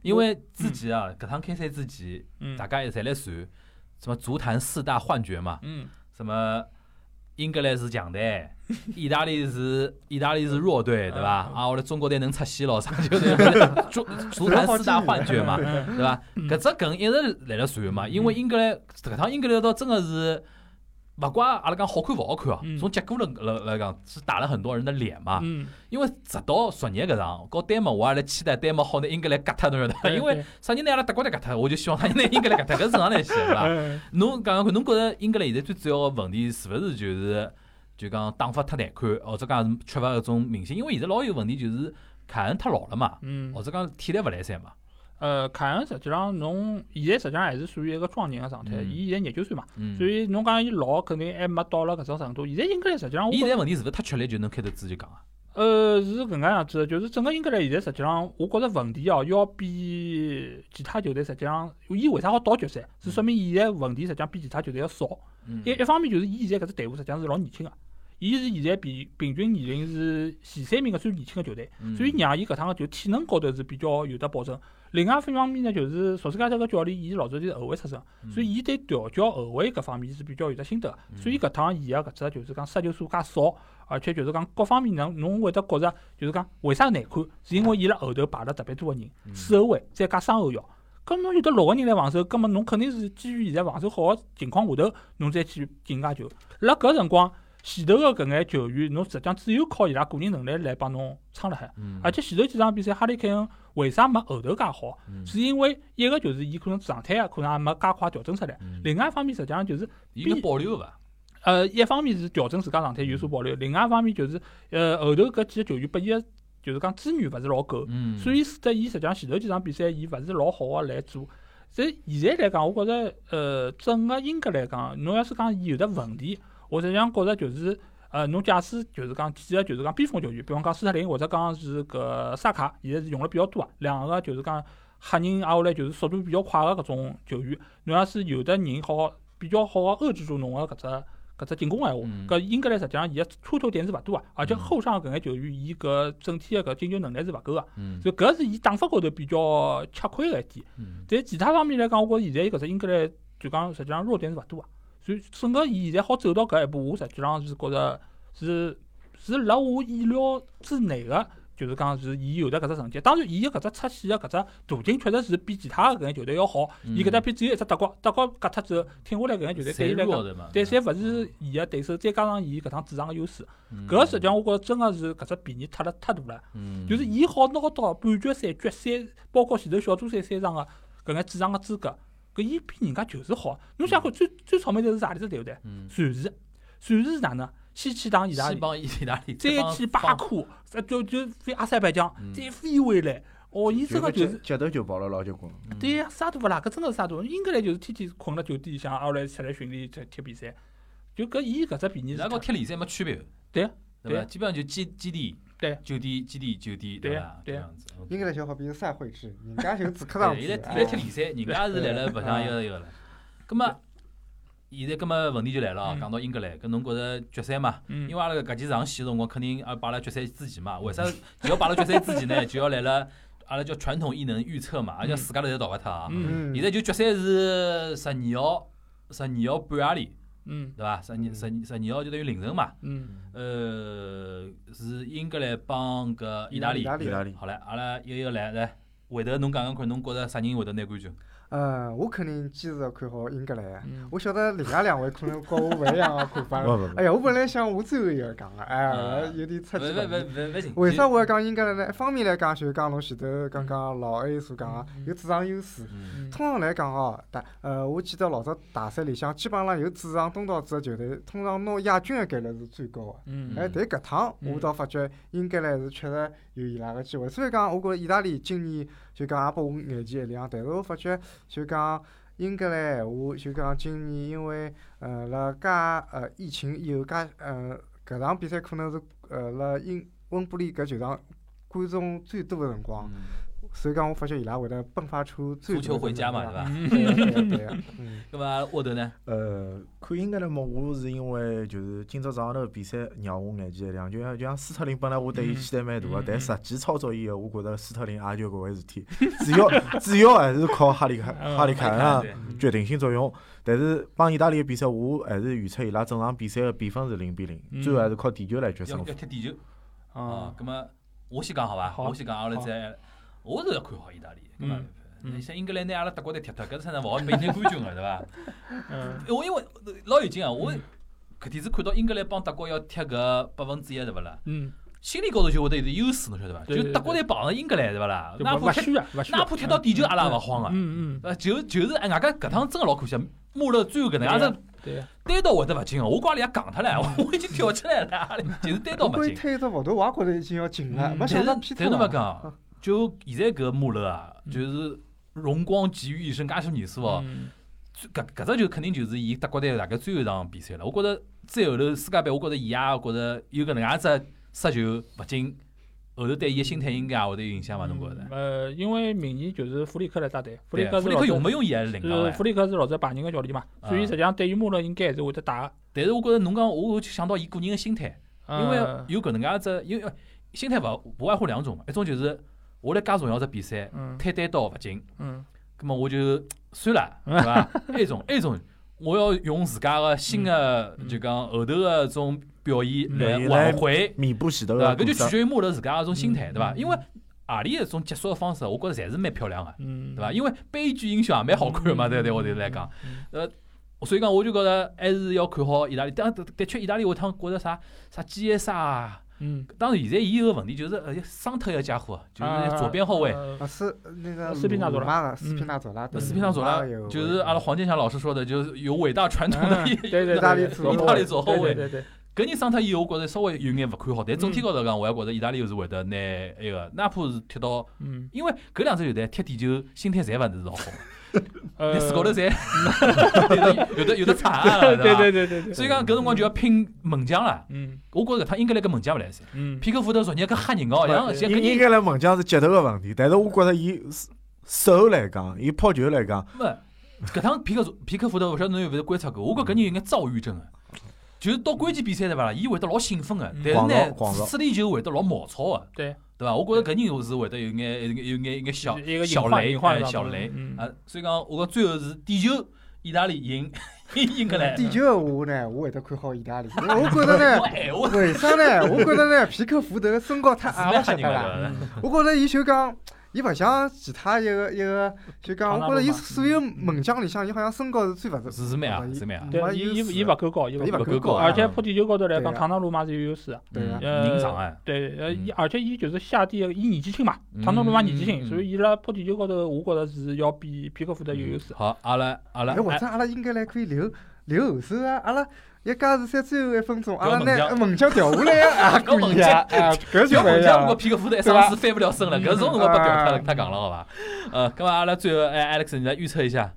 Speaker 2: 因为之前啊，搿趟开赛之前，
Speaker 1: 嗯
Speaker 2: 大家也侪来算，什么足坛四大幻觉嘛，
Speaker 1: 嗯，
Speaker 2: 什么英格兰是强队，意大利是意大利是弱队，对
Speaker 1: 嗯
Speaker 2: 伐？啊，我来中国队能出线咯，啥就对 足足坛四大幻 觉嘛，
Speaker 1: 嗯
Speaker 2: 对伐？ 搿只梗一直辣辣传嘛，因为英格兰搿趟英格兰倒真个是。勿怪阿拉讲好看勿好看啊，
Speaker 1: 嗯
Speaker 2: 从结果来来来讲是打了很多人的脸嘛。
Speaker 1: 嗯，
Speaker 2: 因为直到昨日搿场，搞丹麦我也来期待丹麦好拿英格兰割脱，侬晓得伐？
Speaker 1: 对
Speaker 2: 因为
Speaker 1: 对
Speaker 2: 啥人拿阿拉德国队割脱， 我就希望啥人拿英格兰割脱，搿是正常来写对 伐？
Speaker 1: 嗯
Speaker 2: 侬讲讲看，侬觉着英格兰现在最主要个问题是勿是就是就讲打法太难看，或者讲是缺乏搿种明星？因为现在老有问题就是凯恩太老了嘛，
Speaker 1: 嗯
Speaker 2: 或，者讲体力勿来三嘛。
Speaker 1: 呃，凯恩实际上侬现在实际上还是属于一个壮年个状态，
Speaker 2: 嗯
Speaker 1: 伊现在廿九岁嘛，
Speaker 2: 嗯
Speaker 1: 所以侬讲伊老肯定还没到了搿种程度。现在应该实际上我
Speaker 2: 伊
Speaker 1: 觉
Speaker 2: 现
Speaker 1: 得
Speaker 2: 在问题是勿是太吃力？就侬开头之前讲啊，
Speaker 1: 呃是搿能样子的，就是整个英格兰现在实际上，我觉着问题哦，要比其他球队实际上，伊为啥好到决赛，是说明伊现在问题实际上比其他球队要少。一一方面就是伊现在搿只队伍实际上是老年轻个，伊是现在比平均年龄是前三名个最年轻个球队，
Speaker 2: 嗯
Speaker 1: 所以让伊搿趟个就体能高头是比较有得保证。另外一方面呢，就是索斯盖特个教练，伊老早就是后卫出身，
Speaker 2: 嗯
Speaker 1: 所以伊对调教后卫搿方面是比较有得心得。所以搿趟伊个搿只就是讲失球数介少，而且就是讲各方面能侬会得觉着就是讲为啥难看，是因为伊辣后头排了特别多个人，
Speaker 2: 嗯
Speaker 1: 四后卫再加三后腰。咁侬有得六个人来防守，咁么侬肯定是基于现在防守好个情况下头，侬再去进介球。辣搿辰光，前头个搿眼球员，侬实际上只有靠伊拉个人能力来帮侬撑辣海。
Speaker 2: 嗯，
Speaker 1: 而且前头几场比赛，哈利凯恩为啥没后头介好？
Speaker 2: 嗯
Speaker 1: 是因为一个就是伊可能状态啊，可能也没介快调整出来。
Speaker 2: 嗯
Speaker 1: 另外一方面，实际上就是
Speaker 2: 伊个保留伐？
Speaker 1: 呃，一方面是调整自家状态有所保留，另外一方面就是呃后头搿几个球员拨伊个就是讲资源勿是老够，
Speaker 2: 嗯，
Speaker 1: 所以使得伊实际上前头几场比赛伊勿是老好个来做。所以现在来讲，我觉着呃整个英格来讲，侬要是讲伊有得问题，我实际上觉着就是。呃，侬假使就是讲几个就是讲边锋球员，比方讲斯特林或者讲是搿萨卡，现在是用了比较多啊。两个就是讲黑人挨下来就是速度比较快个搿种球员，侬要是有的人好比较好个遏制住侬个搿只搿只进攻闲话
Speaker 2: 嗯，
Speaker 1: 搿英格兰实际上伊个出头点是勿多啊，而且后场搿眼球员伊搿整体个搿进球能力是勿够啊个，
Speaker 2: 嗯，
Speaker 1: 所以搿是伊打法高头比较吃亏个一点。
Speaker 2: 嗯
Speaker 1: 但其他方面来讲，我觉着现在搿只英格兰就讲实际上弱点是勿多啊，所以整个伊现在好走到搿一步，我实际上是觉着是是辣我意料之内个。就是讲是伊有的搿只成绩，当然伊个搿只出线个搿只途径确实是比其他个搿眼球队要好。
Speaker 2: 嗯
Speaker 1: 伊搿搭边只有一只德国，德国割脱之后，挺下来搿眼球队对伊来讲
Speaker 2: 弱，的嘛，
Speaker 1: 对侪勿是伊个对手，再加上伊搿趟主场个优势，
Speaker 2: 嗯
Speaker 1: 搿实际上我觉着真个是搿只便宜踢了太大了。
Speaker 2: 嗯
Speaker 1: 就是伊好拿到半决赛、决赛，包括前头小组赛三场个啊搿眼几场个资格，搿伊比人家就是好。啊侬想看最最草莓头是啥里只队伍队？
Speaker 2: 嗯，
Speaker 1: 瑞士，瑞士是哪能？先去打意大
Speaker 2: 西
Speaker 1: 利，
Speaker 2: 帮意大利，
Speaker 1: 再去巴库，再就就飞阿塞拜疆，再飞回来。哦，伊真个嗯就是
Speaker 4: 脚头就跑了老结棍。
Speaker 1: 对呀，啥都勿啦，搿真个是啥都勿啦。英格兰就是天天困辣酒店里向，挨下来出来训练、踢踢比赛。就搿伊搿只便宜
Speaker 2: 伊
Speaker 1: 是
Speaker 2: 拉
Speaker 1: 太
Speaker 2: 跟踢联赛没区别，
Speaker 1: 对啊
Speaker 2: 对
Speaker 1: 对
Speaker 2: 吧？
Speaker 1: 啊
Speaker 2: 基本上就基基地，
Speaker 1: 对啊
Speaker 2: 就地基地就地，
Speaker 1: 对啊
Speaker 2: 吧？
Speaker 1: 对
Speaker 2: 这
Speaker 1: 啊
Speaker 2: 样子。
Speaker 3: 英格兰小伙伴是赛会制，人家就只看上
Speaker 2: 对，
Speaker 3: 去。
Speaker 2: 现在
Speaker 3: 哎
Speaker 2: 现在踢联赛，人家是来了白相一个一个
Speaker 1: 嗯
Speaker 2: 了。葛么，现在葛么问题就来了啊！
Speaker 1: 嗯
Speaker 2: 讲到英格兰，搿侬觉着决赛嘛？
Speaker 1: 嗯
Speaker 2: 因为阿拉搿几场戏辰光，肯定啊摆辣决赛之前嘛。为啥就要摆辣决赛之前 呢？就要来了阿拉叫传统异能预测嘛，而且自家头侪逃勿脱啊。
Speaker 1: 嗯
Speaker 2: 现在就决赛是十二号，十二号半夜里，
Speaker 1: 嗯
Speaker 2: 对伐？十二十二十二号就等于凌晨嘛。
Speaker 1: 嗯
Speaker 2: 呃，是英格兰帮搿意大利
Speaker 3: 嗯意。大
Speaker 4: 意大利，
Speaker 2: 好唻，阿拉一个来来，回头侬讲讲看，侬觉着啥人会得拿冠军？
Speaker 3: 呃，我肯定坚持看好英格兰。
Speaker 1: 嗯
Speaker 3: 我晓得另外两位可能跟我勿一样个看法
Speaker 4: 不。不
Speaker 3: 哎
Speaker 4: 不，
Speaker 3: 呀，我本来想我最后一个讲个，哎
Speaker 2: 啊
Speaker 3: 呀，有点出
Speaker 2: 勿
Speaker 3: 奇
Speaker 2: 勿
Speaker 3: 了。
Speaker 2: 勿勿勿行。
Speaker 3: 为啥我要讲英格兰呢？一方面来讲，就是讲侬前头刚刚老 A 所讲个啊有主场优势。
Speaker 2: 嗯？
Speaker 1: 嗯
Speaker 3: 通常来讲哦，大呃，我记得老早大赛里向，基本上有主场东道主个球队，通常拿亚军个概率是最高个。
Speaker 1: 嗯
Speaker 3: 哎，但搿趟
Speaker 1: 嗯
Speaker 3: 我倒发觉英格兰是确实有伊拉个机会，所以讲我觉着意大利今年就讲也拨我眼前一亮，但是我发觉就讲英格兰闲话，就讲今年因为呃辣加呃疫情以后加呃搿场比赛可能是呃辣英温布利搿球场观众最多个辰光，
Speaker 2: 嗯
Speaker 3: 所以讲我发觉伊拉会得迸发出最
Speaker 2: 足球
Speaker 3: 多的
Speaker 2: 回家嘛，
Speaker 3: 能
Speaker 2: 对 伐？
Speaker 3: 量对个对个对个，嗯，
Speaker 2: 那么沃德呢？
Speaker 4: 呃，看英格兰嘛，我是因为就是今朝早浪头比赛让我眼前一亮，就像就像斯特林本来我对伊期待蛮大
Speaker 1: 嗯
Speaker 4: 个
Speaker 1: 嗯，
Speaker 4: 但实际操作以后，我觉着斯特林也就搿回事体， 主要主要还是靠哈里凯
Speaker 1: 嗯
Speaker 4: 哈里凯恩啊
Speaker 2: 对
Speaker 4: 决定性作用。但是帮意大利个比赛，我还是预测伊拉整场比赛个比分是零比
Speaker 1: 嗯
Speaker 4: 零，最后还是靠点球来决
Speaker 2: 要
Speaker 4: 胜
Speaker 2: 要
Speaker 4: 负。
Speaker 2: 踢地球啊
Speaker 1: 啊！
Speaker 2: 那么我先讲好伐？
Speaker 1: 好
Speaker 2: 我先讲，阿拉再，我是要看好意大利。那么
Speaker 1: 嗯嗯
Speaker 2: 像英格兰拿阿拉德国队踢脱，搿只能勿好被拿冠军个，对伐？
Speaker 1: 嗯
Speaker 2: 我因为老有劲啊！我搿天子看到英格兰帮德国要踢搿百分之一，对勿啦？
Speaker 1: 嗯，
Speaker 2: 心理高头就会得有点优势，侬晓得伐？
Speaker 1: 对对
Speaker 2: 就德国队碰上英格兰，对勿啦？
Speaker 1: 就
Speaker 2: 哪
Speaker 1: 勿
Speaker 2: 怕
Speaker 1: 勿
Speaker 2: 踢
Speaker 1: 虚啊，勿虚啊。
Speaker 2: 哪怕踢到地球，阿拉也勿慌啊！
Speaker 1: 嗯嗯，
Speaker 2: 呃，就就是哎，外加搿趟真个老可惜，穆勒最后搿能
Speaker 1: 对啊嗯
Speaker 2: 介
Speaker 1: 呀
Speaker 2: 只
Speaker 1: 对呀，
Speaker 2: 单刀会得勿进个，我家里也讲脱了，我已经跳起来了， 阿拉就是单刀
Speaker 3: 不
Speaker 2: 哦没
Speaker 3: 过伊
Speaker 2: 进。
Speaker 3: 推只幅度，我也觉着已经要紧了，
Speaker 1: 嗯
Speaker 3: 没想到
Speaker 2: 但
Speaker 3: 劈
Speaker 2: 是
Speaker 3: 腿
Speaker 2: 但侬
Speaker 3: 了
Speaker 2: 勿。讲，就现在搿穆勒啊，就是荣光集于一身，介许年数哦，
Speaker 1: 嗯
Speaker 2: 最搿搿只就肯定就是伊德国队大概最后一场比赛了。我觉着再后头世界杯，我觉着伊也觉着有搿能介只失球勿进，后头对伊个心态应该也会得有影响伐？侬觉着？
Speaker 1: 呃，因为明年就是弗里克来带队，弗里
Speaker 2: 对
Speaker 1: 克
Speaker 2: 啊
Speaker 1: 是
Speaker 2: 弗里
Speaker 1: 老呃
Speaker 2: 克
Speaker 1: 早
Speaker 2: 用没用伊还是另外
Speaker 1: 是
Speaker 2: 个
Speaker 1: 弗。里克是老早拜仁个教练嘛，所以
Speaker 2: 啊
Speaker 1: 实际上对于穆勒应该还是会得打
Speaker 2: 但是我觉着侬讲，我就想到伊个人个心态。
Speaker 1: 个，
Speaker 2: 因为
Speaker 1: 呃
Speaker 2: 有搿能介只，因为心态勿勿外乎两种嘛，一种就是我来介重要只比赛，
Speaker 1: 嗯
Speaker 2: 推单刀勿进，
Speaker 1: 嗯
Speaker 2: 葛么我就算 了，对伐？埃种埃种，我要用自家个新个
Speaker 1: 嗯
Speaker 2: 就讲后头个种表现来
Speaker 4: 嗯
Speaker 2: 挽回，
Speaker 4: 弥补前头
Speaker 2: 对伐？
Speaker 4: 个
Speaker 2: 搿就
Speaker 4: 补
Speaker 2: 取
Speaker 4: 偿，
Speaker 2: 决于穆勒自家个种心态，
Speaker 1: 嗯
Speaker 2: 对伐？
Speaker 1: 嗯
Speaker 2: 因为阿里一种结束个方式，我觉着侪是蛮漂亮个。
Speaker 1: 嗯，
Speaker 2: 对伐？因为悲剧英雄也蛮好看个嘛，对对我头来讲，
Speaker 1: 嗯
Speaker 2: 呃，所以讲，我就觉着还是要看好意大利。但的的确，意大利我趟觉着啥啥基耶萨啊，
Speaker 1: 嗯，
Speaker 2: 当然现在伊有个问题就是，呃，伤脱一个家伙，
Speaker 1: 啊
Speaker 2: 就是左边后卫
Speaker 1: 呃
Speaker 3: 啊，是那个
Speaker 1: 斯皮纳佐拉
Speaker 3: 拉，斯皮纳佐拉，
Speaker 2: 斯皮纳
Speaker 1: 嗯
Speaker 2: 佐拉，就是阿拉黄健翔老师说的，就是有伟大传统的
Speaker 1: 嗯
Speaker 2: 意
Speaker 1: 对对对，
Speaker 3: 意大利
Speaker 1: 对
Speaker 3: 左
Speaker 1: 对
Speaker 2: 意大利
Speaker 1: 对
Speaker 2: 左后卫
Speaker 1: 对对对，
Speaker 2: 搿人伤脱以后，我觉着稍微有眼勿看好，但
Speaker 1: 嗯
Speaker 2: 总体高头讲，我还觉着意大利是会得拿埃个，哪怕是踢到，
Speaker 1: 嗯，
Speaker 2: 因为搿两支球队踢地球心态侪勿是老好，
Speaker 1: 呃，
Speaker 2: 历史 高头侪有的有的有的惨啊，
Speaker 1: 对对
Speaker 2: 伐？
Speaker 1: 对对对对，
Speaker 2: 所以讲搿辰光就要拼猛将了。
Speaker 1: 嗯
Speaker 2: 我觉着搿趟应该来搿猛将勿来塞，
Speaker 1: 嗯，
Speaker 2: 皮克福德昨日搿吓人哦，像像
Speaker 4: 应应
Speaker 2: 搿
Speaker 4: 该来猛将是节头个问题，但是我觉着伊手来讲，伊抛球来讲，
Speaker 2: 没搿趟皮克皮克福德，勿晓得侬有勿有观察过？我觉着搿人有眼躁郁症个，就是到关键比赛对伐啦，伊会得老兴奋个
Speaker 1: 嗯，
Speaker 2: 但是
Speaker 4: 狂躁狂
Speaker 2: 呢，
Speaker 4: 躁
Speaker 2: 处理球会得老毛糙个，
Speaker 1: 对
Speaker 2: 对伐？我觉着搿人是会得有眼有眼有眼有眼小
Speaker 1: 一个
Speaker 2: 小
Speaker 1: 隐患
Speaker 2: 雷
Speaker 1: 隐患
Speaker 2: 哎
Speaker 1: 是吧
Speaker 2: 小雷
Speaker 1: 嗯
Speaker 2: 啊，所以讲我觉最后是点球，意大利赢 赢格兰，
Speaker 3: 地球的话呢，我会得看好意大利，因为我觉得
Speaker 2: 我
Speaker 3: 呢。
Speaker 2: 哎我
Speaker 3: 为啥呢？我觉得呢，皮克福德身高太矮了，
Speaker 2: 吓人
Speaker 3: 晓得
Speaker 1: 嗯
Speaker 3: 伐？
Speaker 2: 个，对伐
Speaker 3: 我觉着伊就讲，伊勿像其他一个一个，就讲我觉着伊所有猛将里向，伊好像身高是最勿是。
Speaker 2: 是是蛮啊是蛮啊，
Speaker 1: 对，伊伊伊勿够高，伊勿
Speaker 3: 伊
Speaker 1: 够高，
Speaker 3: 勿够
Speaker 2: 高
Speaker 3: 高，
Speaker 1: 而且
Speaker 2: 啊
Speaker 1: 破地球高头来
Speaker 3: 对
Speaker 1: 讲，
Speaker 3: 啊
Speaker 1: 唐纳鲁马是有优势的。
Speaker 3: 对
Speaker 2: 嗯
Speaker 3: 啊
Speaker 1: 呃
Speaker 2: 人长哎，
Speaker 1: 对，呃，
Speaker 2: 嗯
Speaker 1: 伊而且伊就是下地，伊年纪轻嘛
Speaker 2: 嗯，
Speaker 1: 唐纳鲁马年纪
Speaker 2: 嗯嗯
Speaker 1: 轻，所以伊辣破地球高头，我觉着是要比皮克福德有优势。
Speaker 2: 好，阿拉阿拉
Speaker 3: 哎，或者阿拉应该来可以留留后手啊！阿拉一家子才最后一分钟，阿拉拿猛将调下来啊，
Speaker 2: 搞
Speaker 3: 可
Speaker 2: 猛
Speaker 3: 以
Speaker 2: 将
Speaker 3: 啊！啊，搿就
Speaker 2: 要
Speaker 3: 可
Speaker 2: 猛
Speaker 3: 以
Speaker 2: 将，我
Speaker 3: 啊！
Speaker 2: 皮克福德一
Speaker 3: 对
Speaker 2: 上
Speaker 3: 吧
Speaker 2: 市翻不了身了，
Speaker 1: 嗯
Speaker 2: 搿种辰光拨表他
Speaker 3: 啊
Speaker 2: 他讲了好伐？呃，搿么阿拉最后哎，Alex，你来预测一下，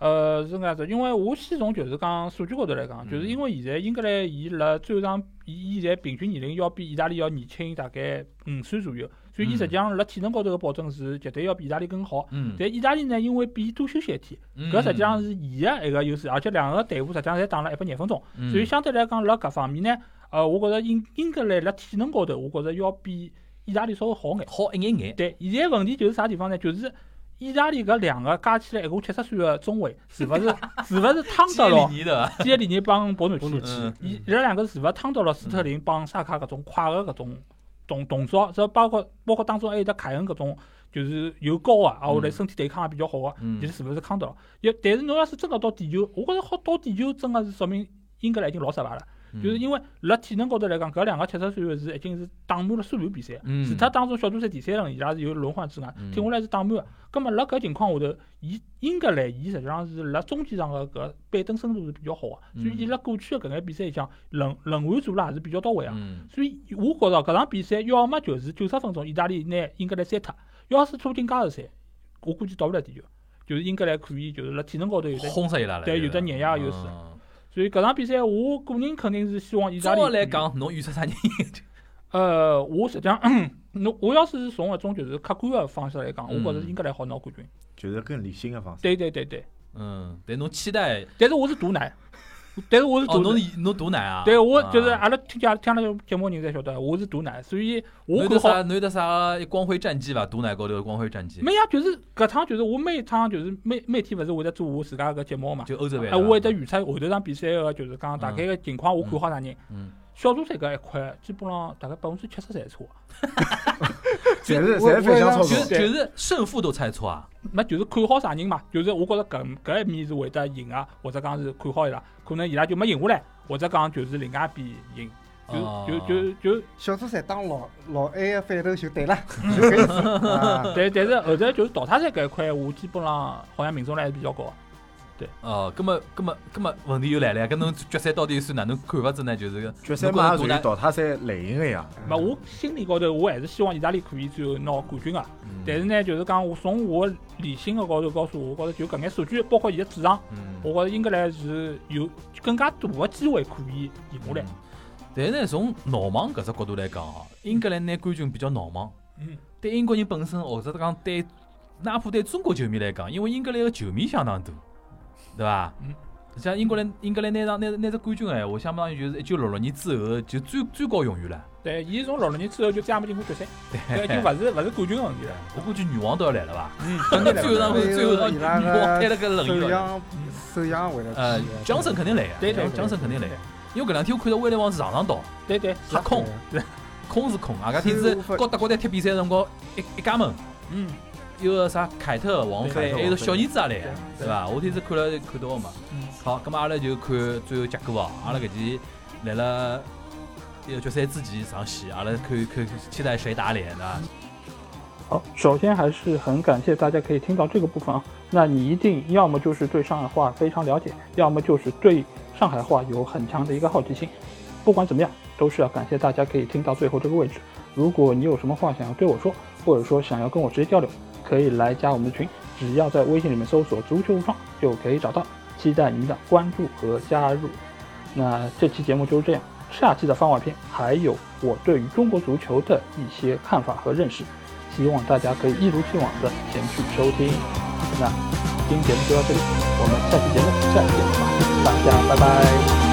Speaker 1: 呃，是搿样子，因为我先从就是讲数据高头来讲，
Speaker 2: 嗯
Speaker 1: 就是因为现在英格兰伊辣最后场，伊伊现在平均年龄要比意大利要年轻大概五岁左右，所以伊实际上辣体能高头个保证是绝对要比意大利更好。
Speaker 2: 嗯，
Speaker 1: 但意大利呢，因为比伊多休息一天，
Speaker 2: 嗯，
Speaker 1: 搿实际上是伊个一个优势，而且两个队伍实际上侪打了一百廿分钟，
Speaker 2: 嗯，
Speaker 1: 所以相对来讲辣搿方面呢，呃，我觉着英英格兰辣体能高头，我觉着要比意大利稍微好眼。
Speaker 2: 好一眼眼，
Speaker 1: 对，现在问题就是啥地方呢？就是意大利搿两个加起来一共七十岁的中卫，是勿 是是勿是趟
Speaker 2: 基
Speaker 1: 到
Speaker 2: 里
Speaker 1: 了
Speaker 2: 尼对伐？
Speaker 1: 基耶里尼帮博努奇？
Speaker 2: 嗯，
Speaker 1: 伊伊拉两个是勿是趟到了斯特林帮萨卡搿种快个搿种动动作，这包括包括当中还有得凯恩搿种，就是又高啊，啊后来身体对抗也比较好个、
Speaker 2: 嗯
Speaker 1: 其实是勿是抗到了？要但是侬要是真个到地球，我觉着好到地球真个是说明英格兰已经老失败了。
Speaker 2: 嗯
Speaker 1: 就是因为辣体能高头来讲，搿两个七十岁是已经是打满了所有比赛，
Speaker 2: 嗯
Speaker 1: 除脱当中小组赛第三轮伊拉是有轮换之外
Speaker 2: 嗯，
Speaker 1: 听下来是打满个。葛末辣搿情况下头，伊英格兰伊实际上是辣中间上个搿板凳深度是比较好个，
Speaker 2: 嗯
Speaker 1: 所以伊辣过去个搿眼比赛里向轮轮换做了还是比较到位个。
Speaker 2: 嗯，
Speaker 1: 所以我觉着搿场比赛要么就是九十分钟意大利拿英格兰删脱，要是拖进加时赛，我估计到勿了地球，就是英格兰可以就是辣体能高头有得。
Speaker 2: 轰死伊拉了，嗯
Speaker 1: 对有的碾压优势所以搿场比赛我个人肯定是希望意大
Speaker 2: 综
Speaker 1: 利
Speaker 2: 合。来讲，侬预测啥人？
Speaker 1: 呃，我实际上， 侬我要是从一种就是客观的方式来讲，
Speaker 2: 嗯
Speaker 1: 我觉着应该来好拿冠军。
Speaker 4: 就是更理性个方式。
Speaker 1: 对对对对，
Speaker 2: 嗯，但侬期待
Speaker 1: 但是我是毒 奶，但是我是
Speaker 2: 哦，
Speaker 1: 毒
Speaker 2: 侬
Speaker 1: 奶。
Speaker 2: 是侬毒奶啊？
Speaker 1: 对，我就是
Speaker 2: 啊
Speaker 1: 阿拉听讲听了节目的人才晓得，我是毒奶，所以
Speaker 2: 侬
Speaker 1: 我
Speaker 2: 有得
Speaker 1: 看
Speaker 2: 啥？
Speaker 1: 好。
Speaker 2: 侬有得啥光辉战绩伐？毒奶高头的光辉战绩，
Speaker 1: 没呀，就是搿趟就是我每一趟就是每每天勿是会得做我自家搿节目嘛，
Speaker 2: 就欧洲杯。
Speaker 1: 哎，我会得预测后头场比赛个就是讲大概个情况，我看好啥人。
Speaker 2: 嗯，
Speaker 1: 小组赛搿一块，基本上大概百分之七十侪是错，
Speaker 4: 侪是侪是反向操
Speaker 2: 就
Speaker 4: 作
Speaker 2: 是。就是胜负都猜错啊？
Speaker 1: 没就是看好啥人嘛，就是我觉着搿搿一面是会得赢啊，或者讲是看好伊拉，可能伊拉就没赢下来，或者讲就是另外一边赢，
Speaker 2: 哦
Speaker 1: 就就就就，
Speaker 3: 小组赛打老老 A 的反头就对了，就搿意思啊。
Speaker 1: 但但是后头就是淘汰赛搿一块，我基本上好像命中率还是比较高啊的。
Speaker 2: 哦，葛么葛么葛么问题又来了，搿侬决赛到底算哪能看法子呢？就是
Speaker 4: 决赛
Speaker 2: 侬觉
Speaker 4: 嘛，
Speaker 2: 得
Speaker 4: 属
Speaker 2: 毒
Speaker 4: 于
Speaker 2: 奶
Speaker 4: 淘汰赛类型个呀。
Speaker 1: 那
Speaker 2: 嗯
Speaker 1: 我心里高头，我还是希望意大利可以最后拿冠军个。
Speaker 2: 嗯
Speaker 1: 但是呢，就是讲我从我理性个高头告诉我，我觉着就搿眼数据，包括伊个主场，
Speaker 2: 嗯
Speaker 1: 我觉着英格兰是有更加大个机会可以赢
Speaker 2: 嗯
Speaker 1: 下来。
Speaker 2: 但是呢，从闹忙搿只角度来讲哦，英格兰拿冠军比较闹忙。
Speaker 1: 嗯，
Speaker 2: 对英国人本身，或者讲对哪怕对中国球迷来讲，因为英格兰个球迷相当多，对伐？
Speaker 1: 嗯。
Speaker 2: 像英格兰，英格兰拿上拿拿只冠军哎，我相当于就是一九六六年之后就最最高荣誉了。
Speaker 1: 对，伊从六六年之后就再也没进过 决赛，搿已经勿是勿是冠军个问题了。
Speaker 2: 我估计女王都要来了吧？
Speaker 1: 嗯，
Speaker 2: 那最后让最后让
Speaker 3: 伊
Speaker 2: 女
Speaker 3: 拉
Speaker 2: 王推
Speaker 3: 个
Speaker 2: 了个冷
Speaker 3: 首
Speaker 2: 一了。
Speaker 3: 阳首阳会得
Speaker 2: 呃，江森肯定来呀，
Speaker 1: 对对对
Speaker 2: 江森肯定来
Speaker 1: 对
Speaker 2: 呀，因为搿两天我看到威廉王是上上到，
Speaker 1: 对对，
Speaker 2: 吓空， 空是空，啊，搿天
Speaker 3: 所
Speaker 2: 子
Speaker 3: 以我发
Speaker 2: 搞德国队踢比赛的辰光一一家门，
Speaker 1: 嗯，
Speaker 2: 有个啥凯特王妃，
Speaker 4: 对
Speaker 2: 还有个小姨子也啊来
Speaker 5: 对，
Speaker 2: 对伐？我天天看了看到嘛。好，咁么阿拉就看最后结果哦。阿拉搿期来了一个决赛之前上线，阿拉看看期待谁打脸，对啊伐？
Speaker 1: 好，首先还是很感谢大家可以听到这个部分啊。那你一定要么就是对上海话非常了解，要么就是对上海话有很强的一个好奇心。不管怎么样，都是要感谢大家可以听到最后这个位置。如果你有什么话想要对我说，或者说想要跟我直接交流，可以来加我们的群，只要在微信里面搜索“足球无双”就可以找到。期待您的关注和加入。那这期节目就是这样，下期的番外篇还有我对于中国足球的一些看法和认识。希望大家可以一如既往的前去收听。那今天节目就到这里，我们下期节目再见吧，大家拜拜。